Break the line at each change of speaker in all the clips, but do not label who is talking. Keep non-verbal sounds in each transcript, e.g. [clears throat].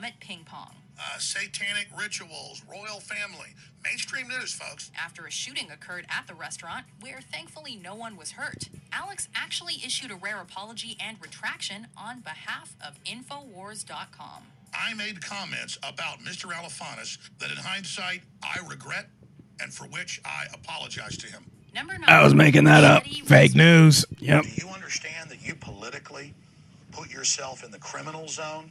Summit Ping Pong.
uh, satanic rituals, royal family, mainstream news, folks.
After a shooting occurred at the restaurant, where thankfully no one was hurt, Alex actually issued a rare apology and retraction on behalf of Infowars.com.
I made comments about Mr. Alifanis that in hindsight I regret and for which I apologize to him.
Number nine.
I was making that up.
Teddy
Fake news. Yep.
Do you understand that you politically put yourself in the criminal zone,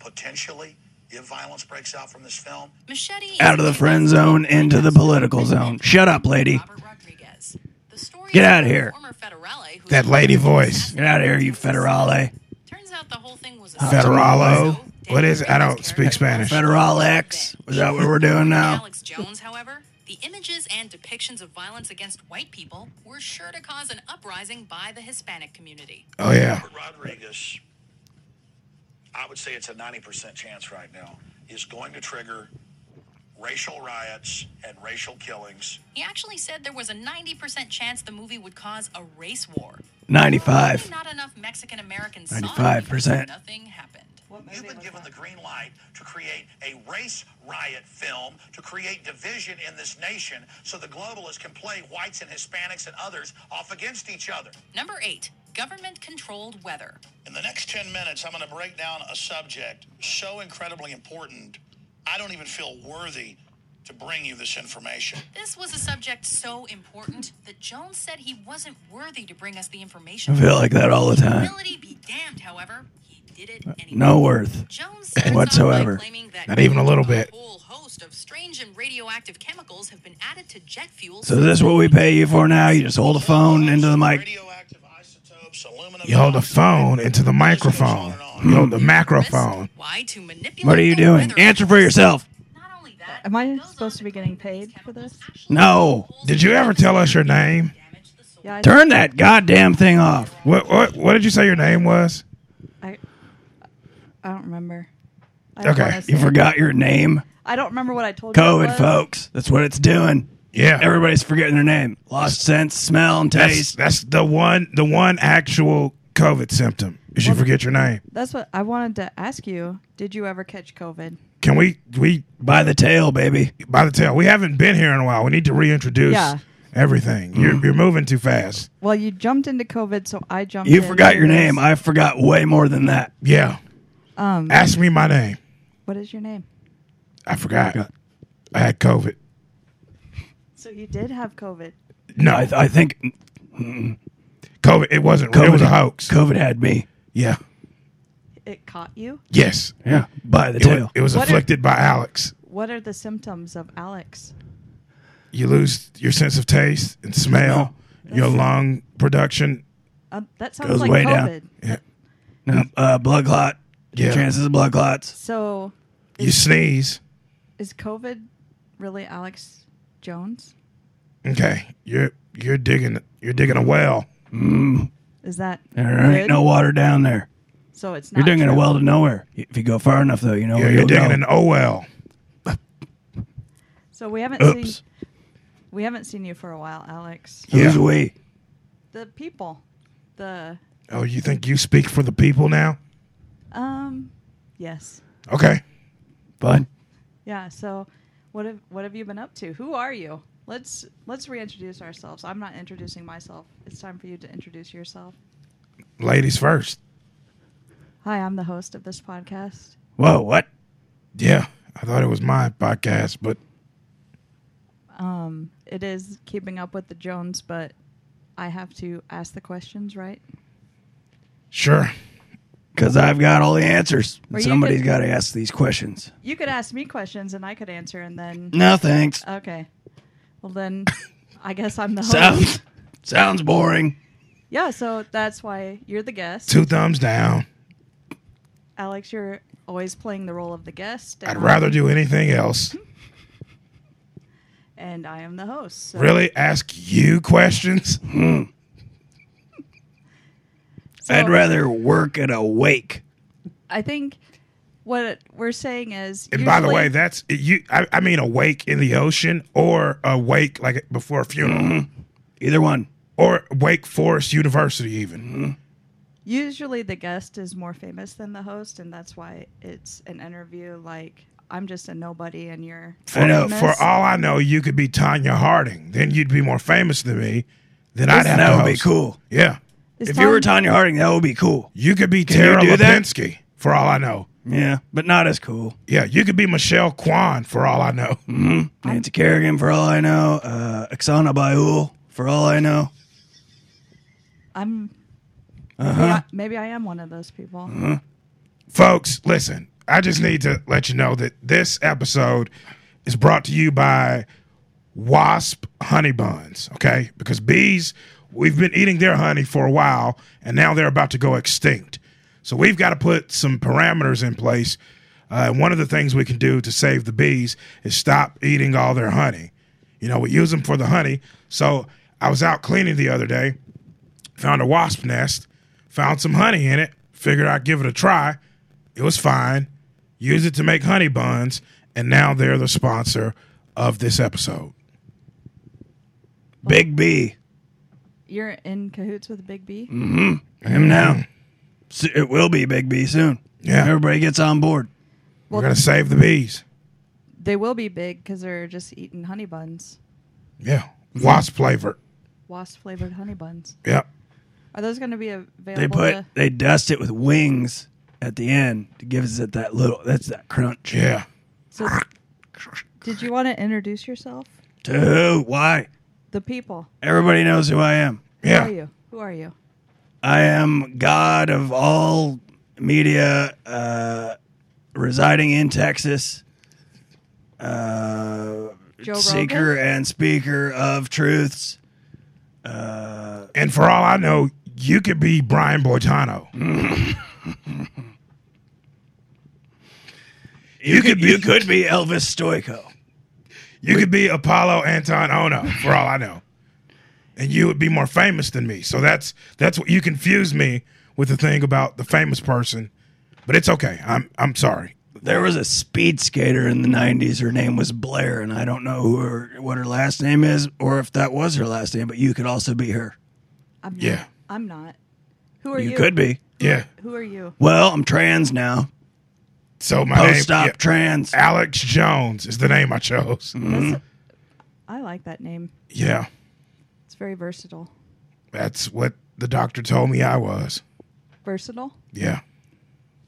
potentially, if violence breaks out from this film?
Machete is
Out of the
a
friend
U.S.
zone into the political zone. Shut up, lady.
Robert Rodriguez. The story
Get
is
outta
about a
here.
Former federale who
That lady voice.
Get out of here, you federale.
Turns out the whole thing was a
Federalo?
So,
What is- I
Daniel
don't
Radcliffe's
speak Spanish.
Federal X. Is that what we're doing now?
Alex Jones, however, the images and depictions of violence against white people were sure to cause an uprising by the Hispanic community.
Oh yeah.
Robert Rodriguez, I would say it's a 90% chance right now, is going to trigger racial riots and racial killings.
He actually said there was a 90% chance the movie would cause a race war.
95.
Not enough Mexican Americans
95%.
Nothing happened.
You've been given the green light to create a race riot film to create division in this nation so the globalists can play whites and Hispanics and others off against each other.
Number 8, government controlled weather.
In the next 10 minutes, I'm going to break down a subject so incredibly important, I don't even feel worthy to bring you this information.
This was a subject so important that Jones said he wasn't worthy to bring us the information.
I feel like that all the time.
Humility be damned, however, he did it anyway.
No worth.
Jones starts off by
Whatsoever.
claiming that
Not even a little bit.
whole host of strange and radioactive chemicals have been added to jet fuel.
So this is what we pay you for now? You just hold a phone into the mic.
Radioactive isotopes, aluminum
You hold the
oxide,
phone into the microphone. You hold the macrophone.
Why to manipulate?
What are you
the
doing?
weather-
Answer for yourself.
Not only that,
Am I
it goes
supposed
on
to be
claim
getting paid
these
for
chemicals
this?
actually
No.
Did you ever tell us your name?
damage the soil.
Yeah, I,
Turn that goddamn thing off.
What what what did you say your name was?
I, I don't remember. I don't
Okay.
wanna
You
say-
forgot your name.
I don't remember what I told you. it
COVID,
was.
folks. That's what it's doing.
Yeah.
Everybody's forgetting their name. Lost sense, smell, and
That's
taste.
that's the one the one actual COVID symptom. Is you forget your name.
That's what I wanted to ask you. Did you ever catch COVID?
Can we we
By the tail, baby.
by the tail? We haven't been here in a while. We need to reintroduce
Yeah.
everything.
Mm-hmm.
You're you're moving too fast.
Well, you jumped into COVID, so I jumped.
You
into
forgot your
this.
name. I forgot way more than that.
Yeah.
um,
Ask me my name.
what is your name?
I forgot. I had COVID.
So you did have COVID.
No,
I, I think
COVID. It wasn't.
COVID
it was a hoax.
COVID had me.
yeah.
It caught you.
Yes.
Yeah, by the
It,
tail.
wa- it was
What if-
afflicted by Alex.
What are the symptoms of Alex?
You lose your sense of taste and smell. Your lung production.
Uh, that sounds
Goes
like
way down.
COVID.
Yeah.
No, uh, blood clot.
Yeah.
Chances of blood clots.
So
You sneeze.
is COVID really Alex Jones?
Okay. You're you're digging you're digging a well.
Is that
There ain't
good?
no water down there.
So it's not
You're digging a
true.
well to nowhere. If you go far enough, though, Oh, you know
You're,
where
you're
you'll
digging
go.
an O well.
So we haven't
Oops.
seen we haven't seen you for a while, Alex.
Who's
Yeah.
we?
The people, the
Oh, you think you speak for the people now?
um, yes,
Okay.
Bud.
yeah. So what have what have you been up to? Who are you? Let's let's reintroduce ourselves. I'm not introducing myself. It's time for you to introduce yourself.
Ladies first.
Hi, I'm the host of this podcast.
Whoa, what?
Yeah. I thought it was my podcast, but
Um, it is keeping up with the Jones, but I have to ask the questions, right?
sure.
Because I've got all the answers.
Or you
Somebody's
could-
got to ask these questions.
You could ask me questions and I could answer, and then
No, thanks.
okay. Well then, I guess I'm the host.
Sounds [laughs] sounds boring.
Yeah, so that's why you're the guest.
Two thumbs down.
Alex, you're always playing the role of the guest.
I'd
and-
rather do anything else.
And I am the host. So,
Really ask you questions?
so
I'd rather work at a wake.
I think what we're saying is.
And by the
usually-
way, that's you. I, I mean, a wake in the ocean or a wake like
Mm-hmm.
before a funeral
Either one. Mm,
or Wake Forest University, even.
Usually the guest is more famous than the host, and that's why it's an interview like I'm just a nobody and you're
For,
famous.
uh, for all I know, you could be Tanya Harding. Then you'd be more famous than me. Then I'd have
That
to
would be
host.
cool.
Yeah.
Is
If you were
Tom-
Tanya Harding, that would be cool.
You could be
you
Tara
do that?
Lipinski, for all I know.
Yeah, but not as cool.
Yeah, you could be Michelle Kwan, for all I know.
Nancy Kerrigan, for all I know. Uh, Oksana Baiul, for all I know.
I'm yeah, maybe I am one of those people.
Folks, listen, I just need to let you know that this episode is brought to you by Wasp Honey Buns, okay? Because bees, we've been eating their honey for a while, and now they're about to go extinct. So we've got to put some parameters in place. Uh, and one of the things we can do to save the bees is stop eating all their honey. You know, we use them for the honey. So I was out cleaning the other day found a wasp nest, found some honey in it, figured I'd give it a try. It was fine. Used it to make honey buns, and now they're the sponsor of this episode.
Big B.
You're in cahoots with Big B.
Him now. S- It will be Big B soon.
Yeah.
Everybody gets on board.
We're going to save the bees.
They will be big because they're just eating honey buns,
Yeah.
Mm-hmm.
Wasp flavored.
wasp flavored honey buns.
Yep.
Are those going to be available?
They put
to-
they dust it with wings at the end to give us it that little that's that crunch.
Yeah.
so, did you want to introduce yourself?
To who? Why?
The people.
Everybody knows who I am.
Who are
Yeah.
you? Who are you?
I am god of all media, uh, residing in Texas. Uh,
Joe
seeker
Rogan?
and speaker of truths.
And for all I know, you could be
[laughs]
Brian Boitano.
You, could, you could be Elvis Stoico.
You could be Apollo Anton Ono, for all I know. And you would be more famous than me. So that's that's what you confuse me with the thing about the famous person. But it's okay. I'm I'm sorry.
There was a speed skater in the '90s. Her name was Blair, and I don't know who her, what her last name is, or if that was her last name. But you could also be her.
I'm not.
Yeah.
I'm not. Who are you?
You could be.
Yeah.
Who are you?
Well, I'm trans now.
So my name,
Post-op
yeah,
trans.
Alex Jones is the name I chose.
Mm-hmm.
That's- I like that name.
Yeah.
It's very versatile.
That's what the doctor told me I was.
Versatile.
Yeah.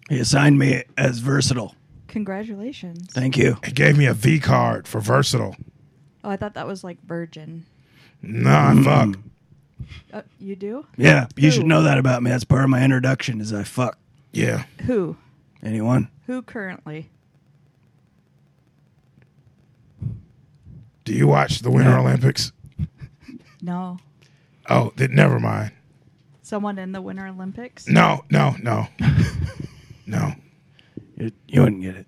He assigned me as versatile.
Congratulations.
Thank you.
It gave me a V card for versatile.
Oh, I thought that was like virgin.
No, I fuck.
Uh, you do?
Yeah, you should
Who?
know that about me. That's part of my introduction. Is I fuck
Yeah.
Who?
anyone?
Who currently?
Do you watch the Winter
No.
Olympics?
No.
Oh, th- never mind.
Someone in the Winter Olympics?
No, no, no. [laughs] no.
It, you wouldn't get it.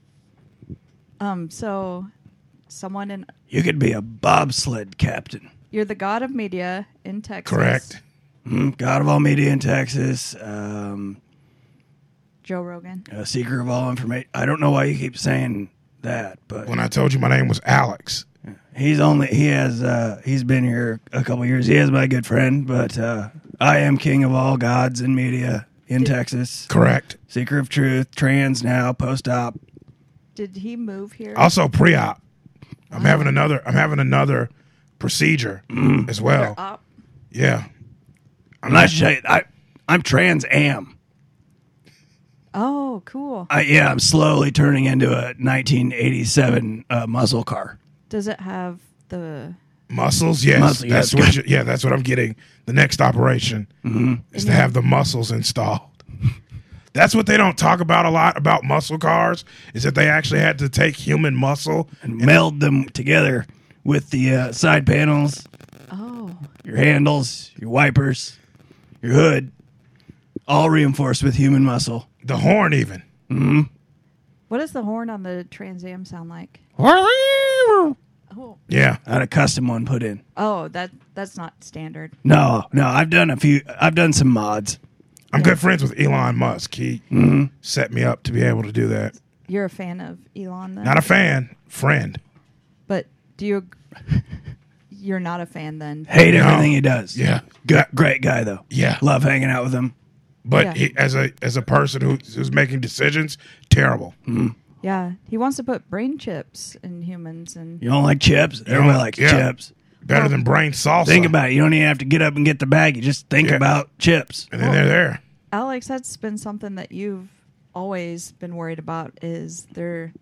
Um, so someone in
You could be a bobsled captain.
you're the god of media in Texas.
Correct.
Mm, God of all media in Texas. Um,
Joe Rogan.
a seeker of all information. I don't know why you keep saying that, but
when I told you my name was Alex.
he's only he has uh, he's been here a couple years. He is my good friend, but uh, I am king of all gods in media in Texas.
Correct.
Seeker of truth, trans now, post op.
Did he move here?
Also pre-op. I'm
Oh.
having another. I'm having another procedure
Mm.
as well.
Op-
Yeah.
I'm not sure. I I'm trans am.
Oh, cool.
I, yeah, I'm slowly turning into a 1987 uh, muscle car.
Does it have the
Muscles. Yes.
Muscle, yeah,
that's
it's
what. You, yeah. That's what I'm getting. The next operation
Mm-hmm.
is to have the muscles installed. That's what they don't talk about a lot about muscle cars is that they actually had to take human muscle.
and meld them together with the uh, side panels,
Oh,
your handles, your wipers, your hood, all reinforced with human muscle.
The horn even.
what does the horn on the Trans Am sound like?
I
Oh,
Yeah.
had a custom one put in.
oh, that that's not standard.
No, no, I've done a few. I've done some mods.
I'm good friends with Elon Musk. He
Mm-hmm.
set me up to be able to do that.
You're a fan of Elon, then?
Not a fan. Friend.
but do you? ag- [laughs] You're not a fan then.
Hate
No.
everything he does.
Yeah.
G- great guy though.
Yeah.
love hanging out with him.
But
Yeah.
he, as a as a person who, who's making decisions, terrible.
Yeah, he wants to put brain chips in humans, and
You don't like chips? Everybody likes
yeah.
chips.
Better than brain salsa.
Think about it. You don't even have to get up and get the bag. You just think
Yeah.
about chips.
and then they're there.
Alex, that's been something that you've always been worried about is they're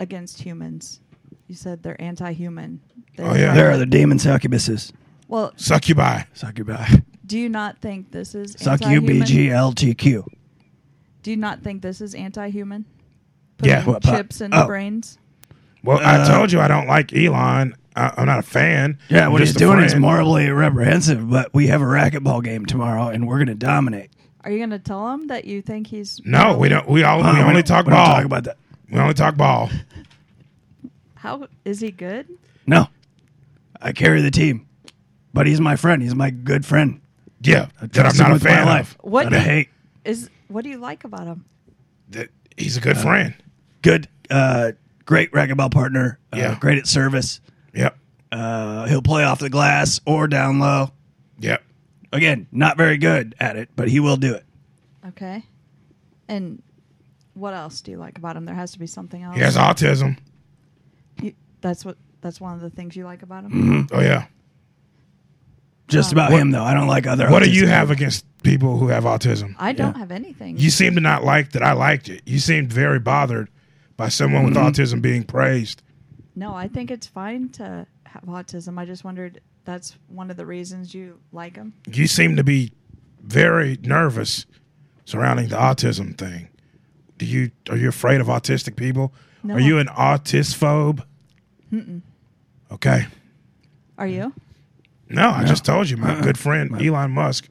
against humans. You said they're anti-human. They're
Oh, yeah.
There are the demon succubuses.
Well,
Succubi.
Succubi.
do you not think this is
Suck you,
anti-human?
BGLTQ.
Do you not think this is anti-human?
Yeah.
Putting
What, pa-
chips in
oh.
brains.
Well, I told you I don't like Elon. I, I'm not a fan.
Uh, Yeah,
I'm
what he's
just a
doing is
friend.
morally reprehensible, but we have a racquetball game tomorrow and we're going to dominate.
Are you going to tell him that you think he's
No, we don't. We all
Uh,
we only
don't-
talk
we don't
ball.
talk about that.
we only talk ball.
How is he good?
No. I carry the team. But he's my friend. He's my good friend.
Yeah, that I'm
Trust him
not a
with my
fan
life.
of.
What-
That I hate.
Is what do you like about him?
That he's a
Uh,
good friend.
Good, uh, great racquetball partner. Uh,
Yeah.
Great at service.
Yep,
Uh, he'll play off the glass or down low.
yep.
Again, not very good at it, but he will do it.
Okay. And what else do you like about him? There has to be something else.
He has
Mm.
autism.
You- that's what that's one of the things you like about him.
Mm.
Oh yeah.
Just about him, though. I don't like other.
What do you
autistic
have against people who have autism?
I don't have anything.
You seem to not like that. I liked it. You seemed very bothered by someone with autism being praised.
no, I think it's fine to have autism. I just wondered that's one of the reasons you like him.
You seem to be very nervous surrounding the autism thing. Do you are you afraid of autistic people?
No.
Are you an autisphobe? Okay.
Are you?
No, I just told you, my good friend Elon Musk.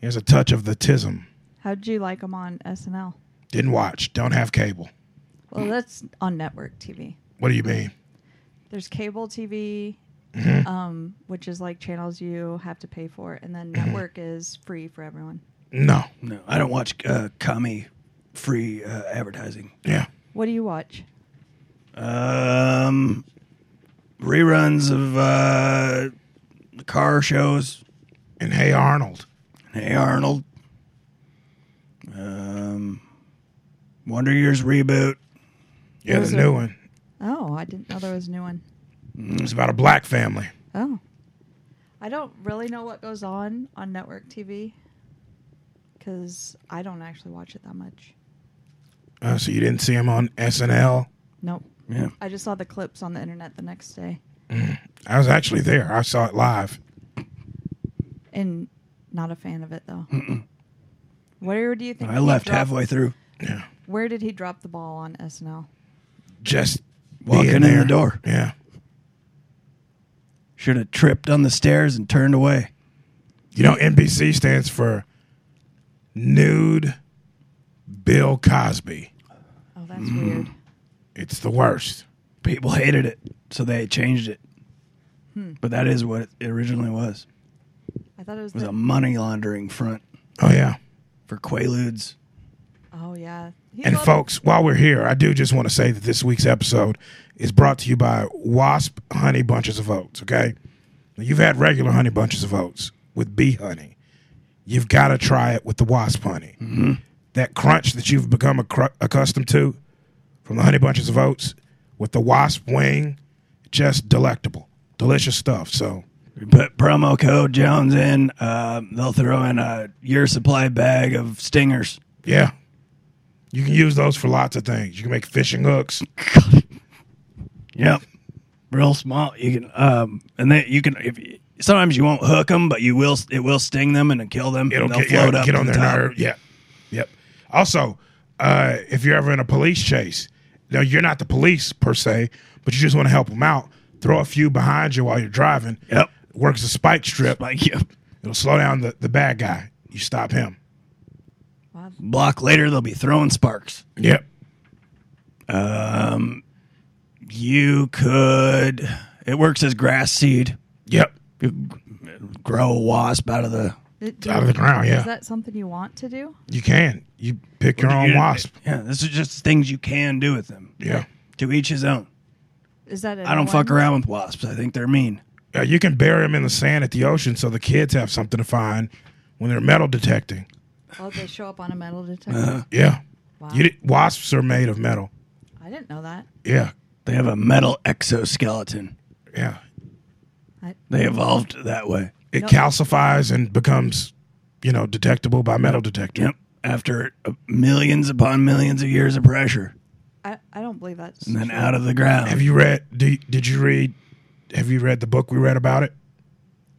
He has a touch of the tism.
How did you like him on SNL?
Didn't watch. Don't have cable.
Well, that's on network TV.
What do you mean?
There's cable TV,
Mm-hmm.
um, which is like channels you have to pay for, and then
Mm-hmm.
network is free for everyone.
No.
No, I don't watch uh, commie free uh, advertising.
Yeah.
What do you watch?
Um, reruns of uh, car shows.
And hey Arnold.
Hey Arnold. Um, Wonder Years reboot.
Yeah,
Those
the
are-
new one.
Oh, I didn't know there was a new one.
It's about a black family.
Oh. I don't really know what goes on on network TV because I don't actually watch it that much.
Uh, so you didn't see him on SNL?
Nope.
Yeah,
I just saw the clips on the internet the next day
I was actually there. I saw it live.
and not a fan of it though. Where do you think
I
he
left
dropped-
halfway through,
Yeah.
Where did he drop the ball on SNL?
Just
walking
being
in
there.
the door.
Yeah.
Should have tripped on the stairs and turned away.
You know, NBC stands for Nude Bill Cosby.
Oh, that's
Mm-hmm.
weird.
It's the worst.
People hated it, so they changed it. But that is what it originally was.
I thought it was,
It was
the-
a money laundering front
Oh, yeah.
for Quaaludes.
Oh yeah. He
And
loved-
folks, while we're here, I do just want to say that this week's episode is brought to you by Wasp Honey Bunches of Oats, okay? Now, You've had regular honey bunches of oats with bee honey. You've got to try it with the wasp honey. That crunch that you've become accru- accustomed to from the honey bunches of oats with the wasp wing, just delectable. Delicious stuff. So,
You Put promo code Jones in. Uh, they'll throw in a year supply bag of stingers.
yeah. You can use those for lots of things. You can make fishing hooks.
Yep, real small. You can um, and then you can. If you, sometimes you won't hook them, but you will. It will sting them and kill them.
It'll
and they'll
get, yeah,
float up
get
to
on
the
their
top.
nerve. Yeah. Yep. Also, uh, if you're ever in a police chase, now you're not the police per se, but you just want to help them out, throw a few behind you while you're driving.
Yep.
Works a spike strip.
Like yep.
It'll slow down the, the bad guy. You stop him.
Wow.
Block later, they'll be throwing sparks.
Yep.
You could. It works as grass seed.
Yep.
You grow a wasp out of the.
Did-
Out of the ground, yeah.
Is that something you want to do?
You can. You pick your own
You-
wasp.
Yeah, this is just things you can do with them.
Yeah.
To each his own.
Is that
I don't fuck around with wasps. I think they're mean.
Uh, you can bury them in the sand at the ocean so the kids have something to find when they're metal detecting.
Oh, they show up on a metal detector.
Uh-huh.
Yeah.
Wow.
You did, wasps are made of metal.
I didn't know that.
Yeah.
They have a metal exoskeleton.
Yeah.
I,
They evolved that way.
It
Yep.
calcifies and becomes, you know, detectable by metal detector.
Yep. After uh, millions upon millions of years of pressure,
I, I don't believe that's.
and then
true.
out of the ground.
Have you read? Do, you- did you read? Have you read the book we read about it?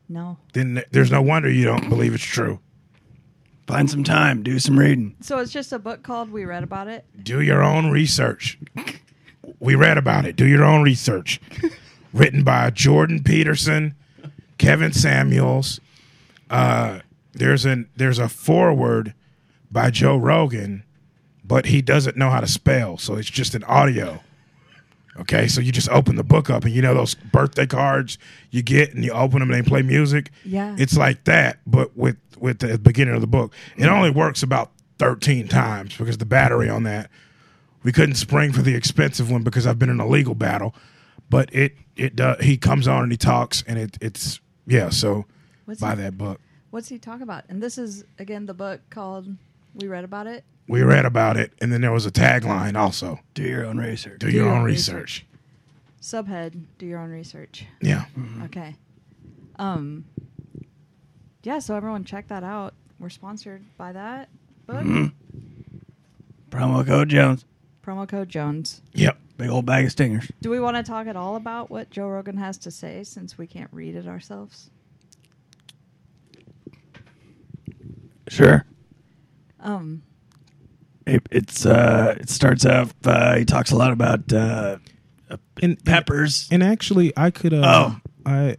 No.
Then th- there's no wonder you don't believe it's true.
Find some time, do some reading.
So it's just a book called "We Read About It."
Do your own research. We read about it. Do your own research. Written by Jordan Peterson, Kevin Samuels. Uh, there's an there's a foreword by Joe Rogan, but he doesn't know how to spell, so it's just an audio. Okay, so you just open the book up, and you know those birthday cards you get, and you open them, and they play music.
Yeah.
it's like that, but with with the beginning of the book. It only works about thirteen times because the battery on that. We couldn't spring for the expensive one because I've been in a legal battle, but it it does. He comes on and he talks, and it it's yeah. So
What's
buy
he-
that book.
What's he talk about? And this is again the book called "We Read About It."
We read about it, and then there was a tagline also:
Do your own research.
"Do your own research."
Subhead: Do your own research.
Yeah,
Mm-hmm.
Okay. Um. Yeah. So everyone, check that out. We're sponsored by that book.
Mm-hmm. Promo code Jones.
Promo code Jones.
yep.
Big old bag of stingers.
Do we want to talk at all about what Joe Rogan has to say since we can't read it ourselves?
Sure.
Um.
It, it's uh, it starts off. Uh, he talks a lot about uh,
And,
peppers.
and actually, I could. Uh,
Oh.
I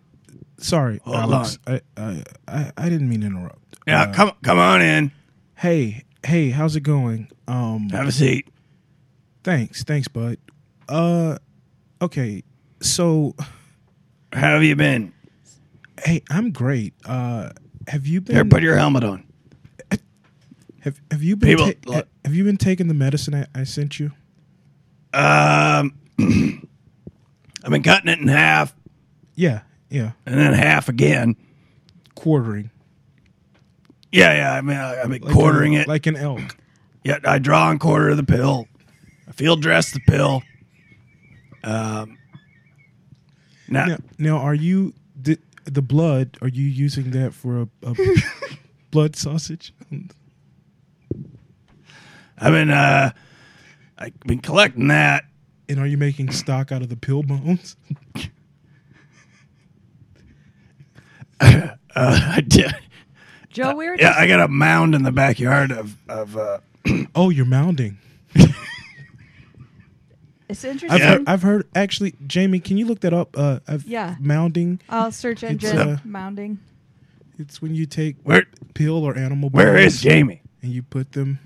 sorry,
Oh,
Hold
Alex. I, I I I didn't mean to interrupt.
Yeah,
Uh,
come come on in.
hey, hey, how's it going? Um,
Have a seat.
thanks, thanks, bud. Uh, okay, so
How have you been?
hey, I'm great. Uh, have you
Here,
been
put your helmet on.
have have you been
People-
ta- ha- have you been taking the medicine I, I sent you?
Um, [clears throat] I've been cutting it in half
Yeah, yeah,
and then half again.
quartering,
Yeah, yeah. I mean, I, I've been
Like
quartering
an-
it.
like an elk.
Yeah, I draw and quarter the pill. I field dress the pill. Um, now,
Now, now are you the, the blood? Are you using that for a,
[laughs]
a blood sausage?
I've been uh, I've been collecting that.
And are you making stock out of the pill bones?
Uh, [laughs] I did.
Uh,
Joe, we were
Yeah,
just,
I got a mound in the backyard of of. Uh,
Oh, you're mounding.
it's
I've,
interesting.
heard, I've heard actually, Jamie. Can you look that up? Uh, I've,
Yeah.
mounding.
I'll search engine
uh,
mounding.
It's when you take
where
pill or animal.
where
bones
is Jamie? [laughs]
And you put them.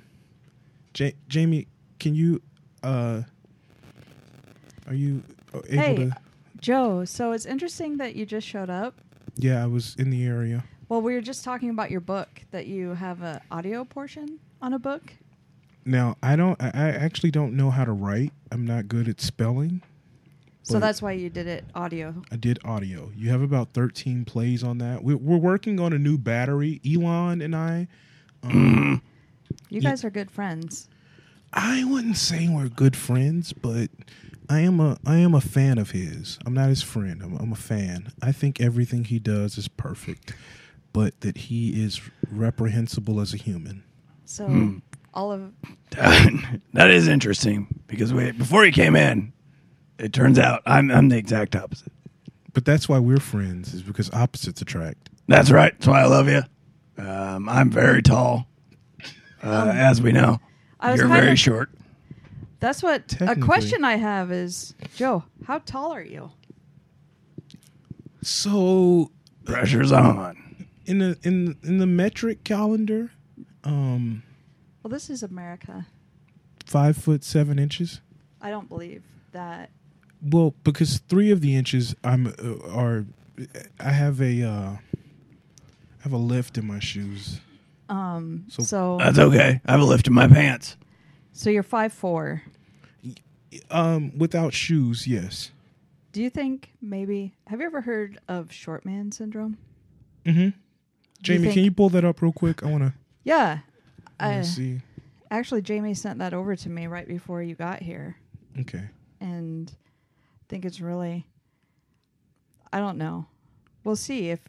Ja- Jamie, can you? Uh, are you able
Hey.
to?
Joe, so it's interesting that you just showed up.
Yeah, I was in the area.
Well, we were just talking about your book that you have a audio portion on a book.
Now I don't. I, I actually don't know how to write. I'm not good at spelling.
So
Wait.
that's why you did it audio.
I did audio. You have about 13 plays on that. We, we're working on a new battery. Elon and I.
You guys are good friends.
I wouldn't say we're good friends, but I am a I am a fan of his. I'm not his friend. I'm, I'm a fan. I think everything he does is perfect, but that he is reprehensible as a human.
So
Hmm.
all of
that is interesting because we before he came in, it turns out I'm I'm the exact opposite.
But that's why we're friends is because opposites attract.
That's right. That's why I love you. Um, I'm very tall, uh, as we know.
I was
You're
kinda-
very short.
that's what a
Technically.
question I have is Joe, how tall are you?
So
Pressure's on.
in the in in the metric calendar, um,
Well, this is America.
five foot seven inches.
I don't believe that.
Well, because three of the inches I'm uh, are I have a uh, I have a lift in my shoes.
Um, so
So- uh,
so,
That's okay. I have a lift in my pants.
you're five four.
Um, without shoes, yes.
Do you think maybe have you ever heard of short man syndrome?
Mm-hmm. Jamie,
think- Uh.
can you pull that up real quick? I want to
Yeah. I,
see.
actually, Jamie sent that over to me right before you got here.
Okay.
and I think it's really I don't know. We'll see if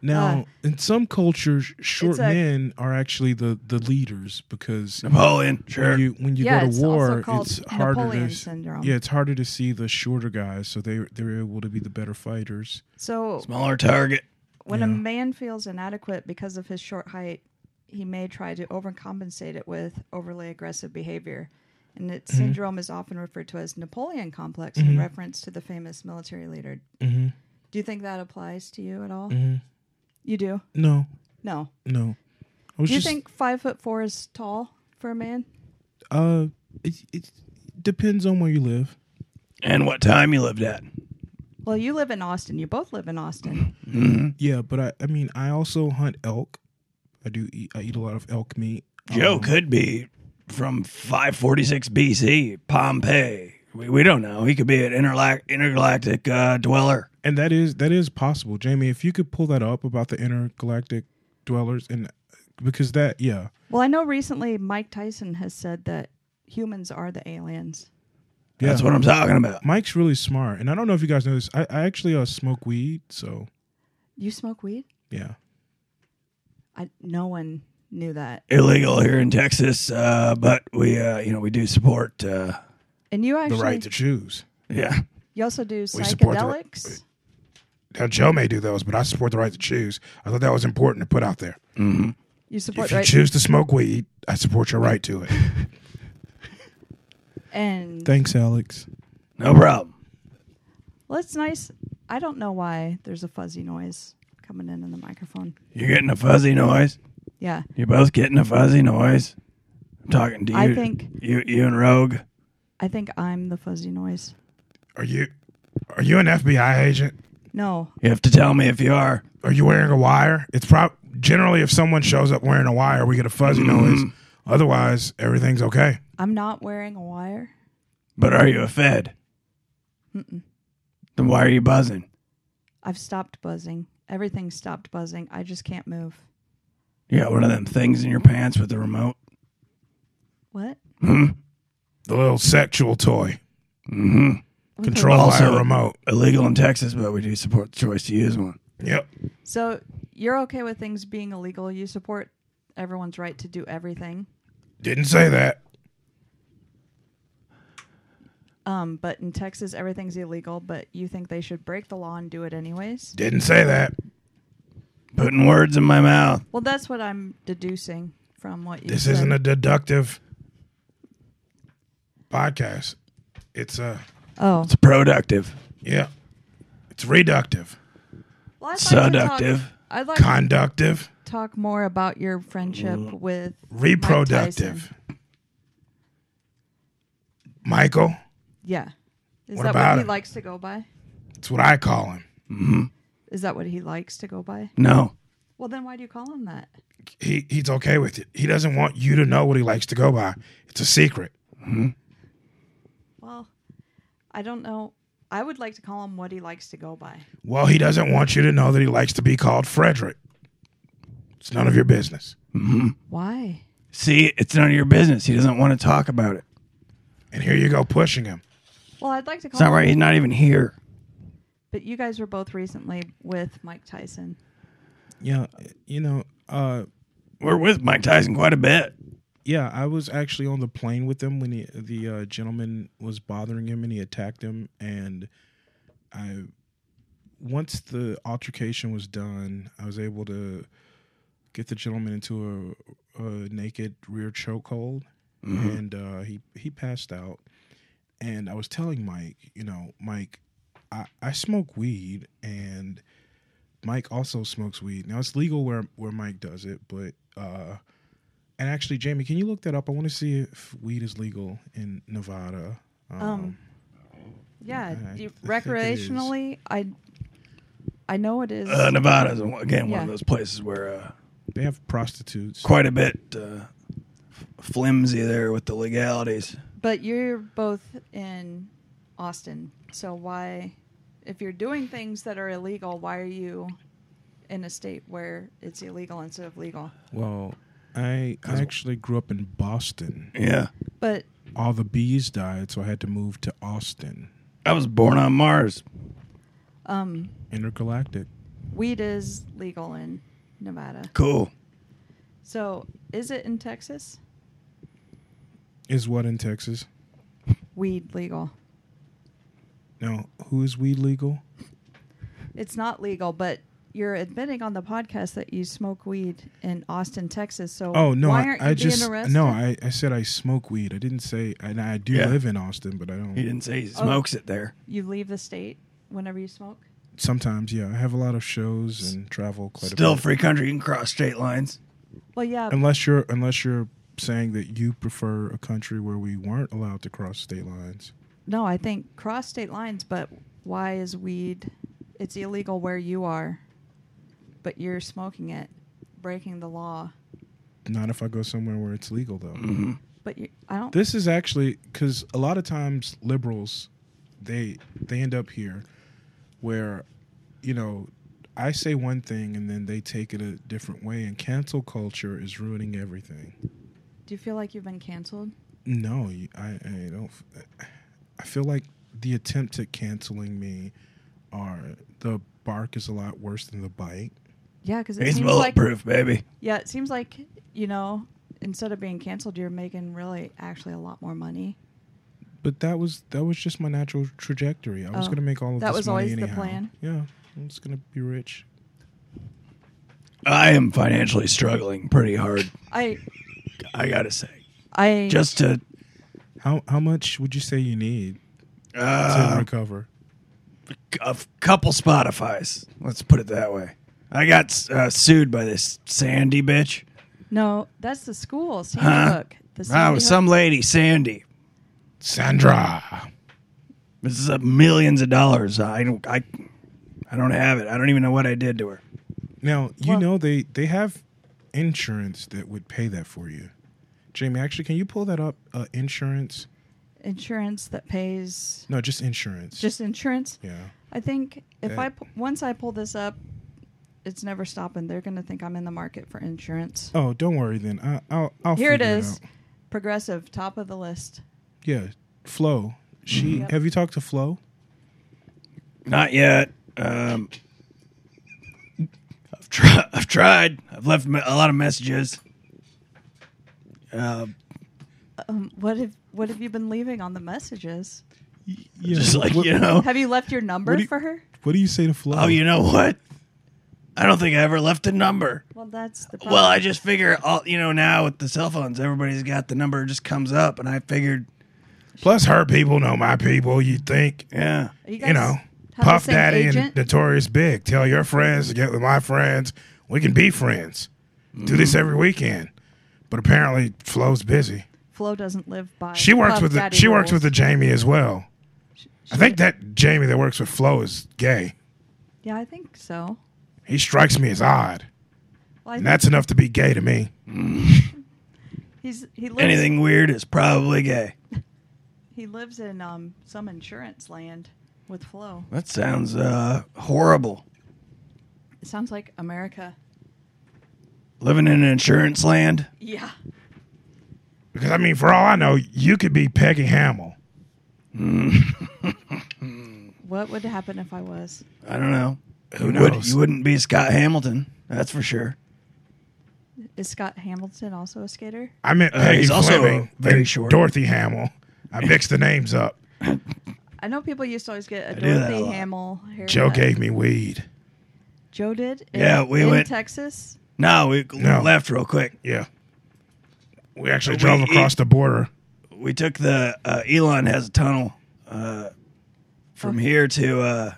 Now,
Uh,
in some cultures, short
a-
men are actually the, the leaders because
Napoleon, sure.
when you when you
Yeah,
go
it's
to
also
war,
called
it's harder
Napoleon
to
syndrome.
yeah, it's harder to see the shorter guys, so they they're able to be the better fighters.
so
Smaller target.
when a
yeah.
man feels inadequate because of his short height, he may try to overcompensate it with overly aggressive behavior. And its syndrome is often referred to as Napoleon complex in reference to the famous military leader. Do you think that applies to you at all? You do?
No,
No.
no. I was
Do you
just
think five foot four is tall for a man?
uh, it, it depends on where you live.
And what time you lived at.
Well, you live in Austin. You both live in Austin.
Yeah, but I I mean I also hunt elk. I do eat, I eat a lot of elk meat.
Joe
Um,
could be from 546 BC, Pompeii. We, we don't know. He could be an interlac- intergalactic uh, dweller.
and that is that is possible, Jamie. If you could pull that up about the intergalactic dwellers and because that yeah
Well, I know recently Mike Tyson has said that humans are the aliens.
yeah
That's what I'm talking about.
Mike's really smart, and I don't know if you guys know this. I, I actually uh, smoke weed, so
You smoke weed?
yeah.
I no one knew that.
Illegal here in Texas, uh, but we uh, you know we do support. Uh,
And you
The
actually
right to choose.
yeah,
you also do
support the-
psychedelics.
Now Joe may do those, but I support the right to choose. I thought that was important to put out there.
You
If
support
you
right
choose to smoke weed, I support your right to it.
and
[laughs] Thanks, Alex.
no problem.
well, it's nice. I don't know why there's a fuzzy noise coming in in the microphone.
You're getting a fuzzy noise.
Yeah,
You're both getting a fuzzy noise. I'm talking to you.
I think-
you you and Rogue.
I think I'm the fuzzy noise.
Are you are you an FBI agent?
No,
You have to tell me if you are.
Are you wearing a wire? It's prob generally if someone shows up wearing a wire, we get a fuzzy [clears throat] noise. Otherwise, everything's okay.
I'm not wearing a wire.
But are you a Fed? Then why are you buzzing?
I've stopped buzzing. Everything stopped buzzing. I just can't move.
You got one of them things in your pants with the remote.
What?
The little sexual toy. Control
Also-
by a remote.
Illegal in Texas, but we do support the choice to use one.
Yep.
So you're okay with things being illegal. You support everyone's right to do everything.
Didn't say that.
Um, but in Texas, everything's illegal. But you think they should break the law and do it anyways?
Didn't say that.
Putting words in my mouth.
Well, that's what I'm deducing from what you.
This
said.
isn't a deductive podcast. It's a
Oh,
It's productive.
yeah. It's reductive,
well, I'd like to talk-
Seductive.
I'd like to
conductive,
talk more about your friendship with Mike
reproductive.
Tyson.
Michael,
yeah, is
What
that
about
what he
him?
likes to go by?
that's what I call him.
Is that what he likes to go by?
No.
Well, then why do you call him that?
He he's okay with it. He doesn't want you to know what he likes to go by. It's a secret.
Well, I don't know. I would like to call him what he likes to go by.
Well, he doesn't want you to know that he likes to be called Frederick. It's none of your business.
Why?
See, it's none of your business. He doesn't want to talk about it.
And here you go pushing him.
Well, I'd like to
It's
call
not
him,
right. He's not even here.
but you guys were both recently with Mike Tyson.
Yeah, you know, uh,
We're with Mike Tyson quite a bit.
yeah, I was actually on the plane with him when he, the uh, gentleman was bothering him and he attacked him, and I once the altercation was done, I was able to get the gentleman into a, a naked rear chokehold, and uh, he he passed out. And I was telling Mike, you know, Mike, I, I smoke weed, and Mike also smokes weed. Now it's legal where where Mike does it, but uh, and actually, Jamie, can you look that up? I want to see if weed is legal in Nevada.
Um, yeah,
I
you,
think it is.
recreationally, I I know it is.
Uh, Nevada is, again, one
Yeah.
of those places where uh,
They have prostitutes.
quite a bit uh, f- flimsy there with the legalities.
but you're both in Austin, so why, if you're doing things that are illegal, why are you in a state where it's illegal instead of legal.
Well, I I actually grew up in Boston.
Yeah.
But
All the bees died, so I had to move to Austin.
I was born on Mars.
um,
Intergalactic.
weed is legal in Nevada.
Cool.
So is it in Texas?
Is what in Texas?
Weed legal.
Now, who is weed legal?
It's not legal, but you're admitting on the podcast that you smoke weed in Austin, Texas. So
Oh no,
why
I,
aren't you
I just
being arrested?
no. I, I said I smoke weed. I didn't say, and I do
Yeah.
live in Austin, but I don't.
He didn't say he smokes it there.
you leave the state whenever you smoke.
Sometimes, yeah, I have a lot of shows and travel quite a
Still
bit.
free country. You can cross state lines.
Well, yeah,
unless you're unless you're saying that you prefer a country where we weren't allowed to cross state lines.
No, I think cross state lines, but why is weed it's illegal where you are, but you're smoking it, breaking the law.
Not if I go somewhere where it's legal, though.
But you, I don't
This is actually because a lot of times liberals, they they end up here, where, you know, I say one thing and then they take it a different way, and cancel culture is ruining everything.
do you feel like you've been canceled?
No, you- I, I don't. f- I feel like the attempts at canceling me are the bark is a lot worse than the bite.
Yeah, because it
He's
seems like
bulletproof, baby.
yeah, it seems like you know instead of being canceled, you're making really actually a lot more money.
But that was that was just my natural trajectory. I was
Oh,
going to make all of
that
this
was
money
always the
anyhow.
plan.
Yeah, I'm just going to be rich.
I am financially struggling pretty hard.
I
I gotta say,
I
just to
How how much would you say you need to
uh,
recover?
a f- couple Spotify's. Let's put it that way. I got uh, sued by this Sandy bitch.
no, that's the school Sandy
Huh?
Hook. The Sandy
Oh,
Hook-
some lady, Sandy.
Sandra.
This is uh, millions of dollars. I don't. I. I don't have it. I don't even know what I did to her.
Now you
Well-
know they they have insurance that would pay that for you. Jamie, actually, can you pull that up? Uh, insurance?
insurance that pays
No, just insurance.
just insurance.
yeah.
I think if
That-
I pu- once I pull this up, it's never stopping. They're going to think I'm in the market for insurance.
Oh, don't worry then. I, I'll I'll
Here it
figure
is,
out.
Progressive, top of the list.
Yeah, Flo. She.
Mm-hmm. Yep.
Have you talked to Flo?
Not yet. Um, I've tried. I've tried. I've left me- a lot of messages. Uh,
Um, what have what have you been leaving on the messages?
Yeah.
just like
what,
you know.
Have you left your number
do you-
for her?
What do you say to Flo?
Oh, you know what? I don't think I ever left a number.
Well, that's the problem.
Well, I just figure all you know now with the cell phones, everybody's got the number just comes up, and I figured,
Plus, her people know my people. You think
yeah,
you,
you know, Puff Daddy and Notorious Big. Tell your friends to get with my friends. We can be friends. Do this
Mm-hmm.
every weekend. But apparently, Flo's busy.
Flo doesn't live by.
She works
Puff
with the,
Daddy
she works
rules.
with the Jamie as well. I think that Jamie that works with Flo is gay.
Yeah, I think so.
He strikes me as odd,
Well, I
and that's enough to be gay to me.
think he's he lives
anything weird is probably gay.
he lives in um some insurance land with Flo.
That sounds uh, horrible.
It sounds like America.
Living in insurance land.
Yeah.
Because I mean, for all I know, you could be Peggy Hamill.
What would happen if I was?
I don't know.
Who
you would-
knows?
you wouldn't be Scott Hamilton, that's for sure.
Is Scott Hamilton also a skater?
I meant
Uh,
Peggy
he's also
Fleming
very
and
short.
Dorothy Hamill. I mixed the names up.
I know people used to always get a
do that a
Dorothy
lot.
Hamill haircut.
Joe gave me weed.
Joe did. In,
Yeah, we
in
went-
Texas.
No, we
No.
left real quick.
Yeah. We actually
We
drove across
eat-
the border.
We took the uh, Elon has a tunnel uh, from here to uh,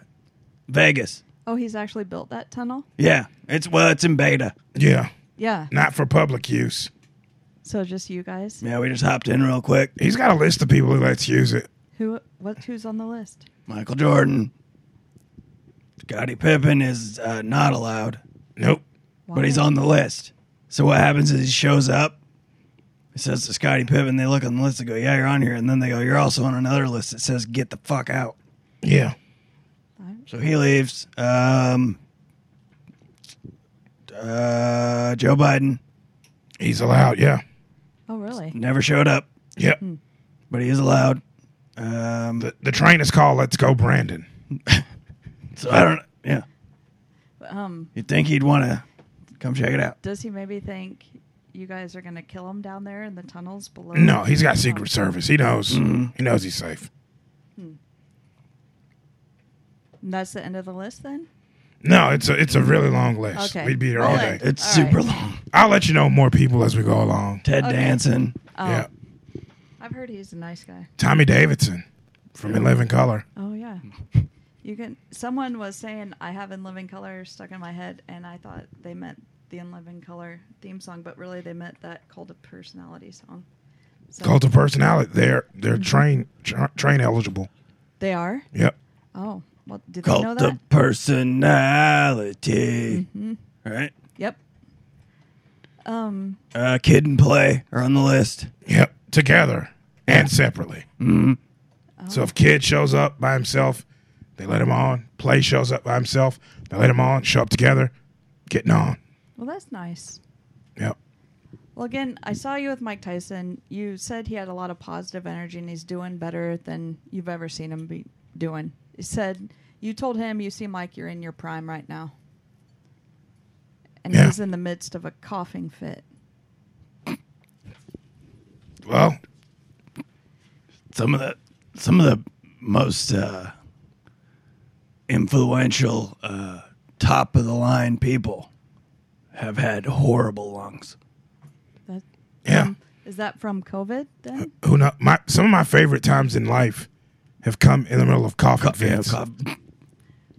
Vegas.
Oh, he's actually built that tunnel.
Yeah, it's well, it's in beta.
Yeah.
Yeah.
Not for public use.
So just you guys.
Yeah, we just hopped in real quick.
He's got a list of people who lets use it.
Who? What? Who's on the list?
Michael Jordan, Scottie Pippen is uh, not allowed,
Nope.
but he's
Why?
on the list. So what happens is he shows up. He says to Scottie Pippen, they look on the list and go, "Yeah, you're on here," and then they go, "You're also on another list that says get the fuck out."
Yeah.
I-
So he leaves. Um, Uh, Joe Biden
He's allowed. Yeah.
Oh, really?
never showed up,
Yeah.
but he is allowed. Um,
The, the train is called Let's Go Brandon.
so I don't. Yeah,
Um,
you'd think he'd want to come check it out.
does he maybe think you guys are going to kill him down there in the tunnels below?
No, he's got Secret Service. He knows. He knows he's safe.
And that's the end of the list then?
No, it's a it's a really long list.
Okay.
We'd be here
Well,
all
then-
day.
It's
All
super
right.
long.
I'll let you know more people as we go along.
Ted
Okay.
Danson.
Oh,
Yeah.
I've heard he's a nice guy.
Tommy Davidson from In Living Color.
Oh yeah. You can. Someone was saying I have "In Living Color" stuck in my head, and I thought they meant the "In Living Color" theme song, but really they meant that "Cult of Personality" song. So
Cult of personality. They're they're train tra- train eligible.
They are.
Yep.
Oh, well, did they know
Cult
that?
of personality.
Mm-hmm.
Right?
Yep. Um.
Uh, Kid and Play are on the list.
Yep. Together and separately. Mm-hmm. So if kid shows up by himself, they let him on. Play shows up by himself, they let him on. Show up together, getting on.
Well, that's nice.
Yep.
Well, again, I saw you with Mike Tyson. You said he had a lot of positive energy and he's doing better than you've ever seen him be doing. You said you told him you seem like you're in your prime right now. And
Yeah.
he's in the midst of a coughing fit.
Well,
Some of the some of the most uh, influential, uh, top of the line people have had horrible lungs.
That,
yeah.
is that from COVID then?
Who know? My some of my favorite times in life have come in the middle of coughing
Yeah,
fits.
cough.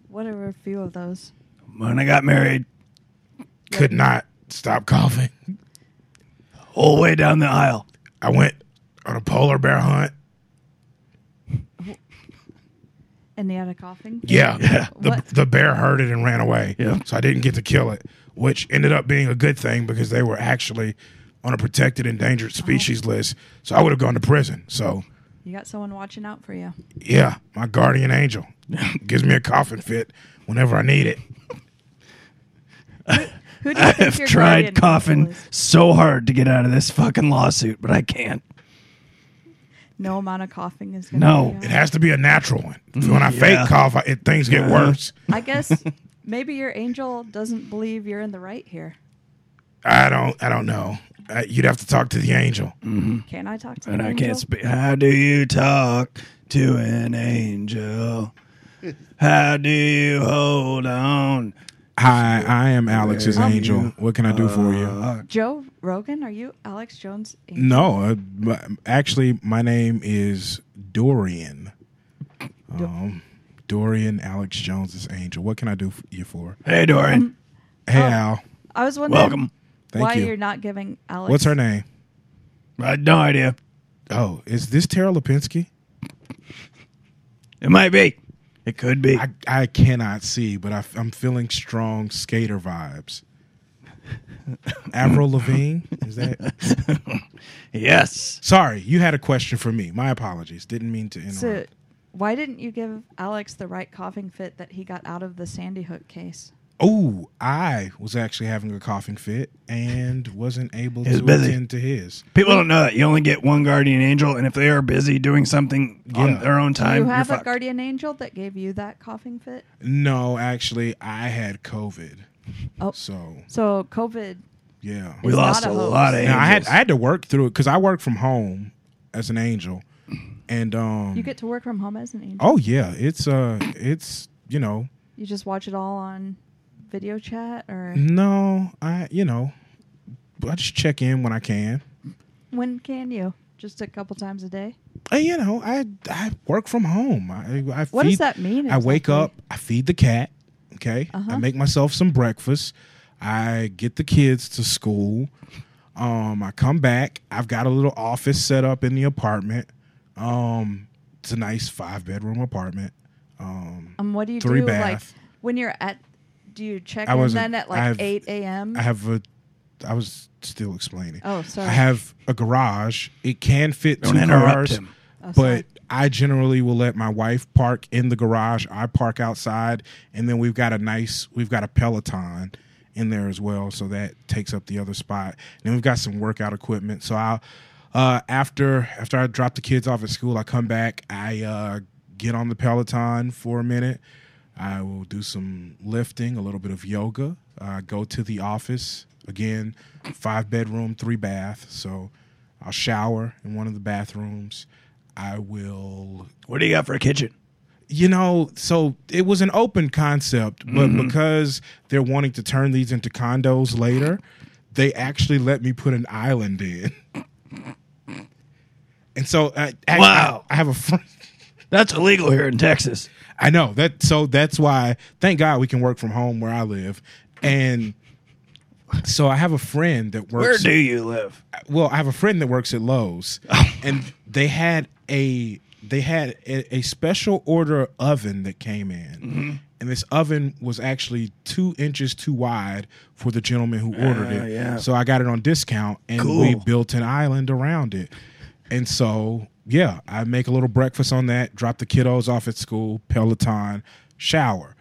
What are a few of those?
When I got married,
Could not stop coughing.
whole way down the aisle. [laughs]
I went on a polar bear hunt.
And he had a coughing fit?
Yeah.
[laughs] Yeah.
The,
What?
the bear heard it and ran away.
Yeah.
So I didn't get to kill it, which ended up being a good thing because they were actually on a protected endangered species list. So I would have gone to prison. So
You got someone watching out for you.
yeah, my
[laughs]
guardian angel gives me a coughing fit whenever I need it.
Who do you
I
think
have
your
tried
guardian angel
coughing
is?
so hard to get out of this fucking lawsuit, but I can't.
No amount of coughing is uh, going to
No.
It has to be a natural one. When I
Mm-hmm. Yeah.
fake cough, I, it, things get worse.
I guess maybe your angel doesn't believe you're in the right here.
I don't. I don't know. Uh, you'd have to talk to the angel.
Mm.
Can I talk to
And
the
I
angel?
can't speak. How do you talk to an angel? How do you hold on?
Hi, I am Alex's angel. What can I do for you?
Uh,
Joe Rogan, are you Alex Jones? Angel?
No, uh, but actually, my name is Dorian. Um, Dorian Alex Jones's angel. What can I do for you for?
hey, Dorian.
Hey, Al.
I was wondering
Welcome.
Thank
Oh, why
you.
are not giving Alex.
What's her name?
I had no idea.
Oh, is this Tara Lipinski?
It might be. It could be.
I, I cannot see, but I, am feeling strong skater vibes. Avril Lavigne, is
[laughs]
that?
yes.
Sorry, you had a question for me. My apologies. Didn't mean to interrupt.
So, why didn't you give Alex the right coughing fit that he got out of the Sandy Hook case?
Oh, I was actually having a coughing fit and wasn't able
was
to
busy.
attend to his.
People don't know that. You only get one guardian angel, and if they are busy doing something
Yeah.
on their own time,
you have
you're
a
fucked.
guardian angel that gave you that coughing fit.
No, actually, I had COVID.
Oh.
So
So COVID.
yeah,
we
It's
lost
not
a,
a hoax.
lot of angels.
Now, I had I had to work through it because I work from home as an angel, and um,
You get to work from home as an angel.
oh yeah, it's uh, it's you know,
You just watch it all on video chat or
no, I you know, I just check in when I can.
when can you? Just a couple times a day.
And, you know, I I work from home. I, I
What
feed,
does that mean?
I wake
exactly? Uh-huh.
up, I feed the cat, okay? I make myself some breakfast. I get the kids to school. Um, I come back. I've got a little office set up in the apartment. Um, it's a nice five bedroom apartment.
Um, what do you
Three
do
bath.
like when you're at? Do you check
I
in
wasn't-
then at
I
like
have-
eight a.m.?
I have a I was still explaining.
Oh, sorry.
I have a garage. It can fit
Don't
two
interrupt
cars.
him.
Oh, sorry.
but I generally will let my wife park in the garage. I park outside, and then we've got a nice, we've got a Peloton,
in there as well. So that takes up the other spot. And then we've got some workout equipment. So I'll uh, after after I drop the kids off at school, I come back. I uh, get on the Peloton for a minute. I will do some lifting, a little bit of yoga. Uh, go to the office again. Five bedroom, three bath. So I'll shower in one of the bathrooms. I will
What do you got for a kitchen?
you know, so it was an open concept, but
Mm-hmm.
because they're wanting to turn these into condos later, they actually let me put an island in. And so, I, I,
Wow.
I, I have a friend.
That's illegal here in Texas.
I know that, so that's why. Thank God we can work from home where I live, and so I have a friend that works
Where do you live?
well, I have a friend that works
[laughs]
at Lowe's, and they had a they had a, a special order oven that came in,
Mm-hmm.
and this oven was actually two inches too wide for the gentleman who ordered
Ah,
it.
yeah.
So I got it on discount, and we
Cool.
built an island around it. And so, yeah, I make a little breakfast on that, drop the kiddos off at school, Peloton, shower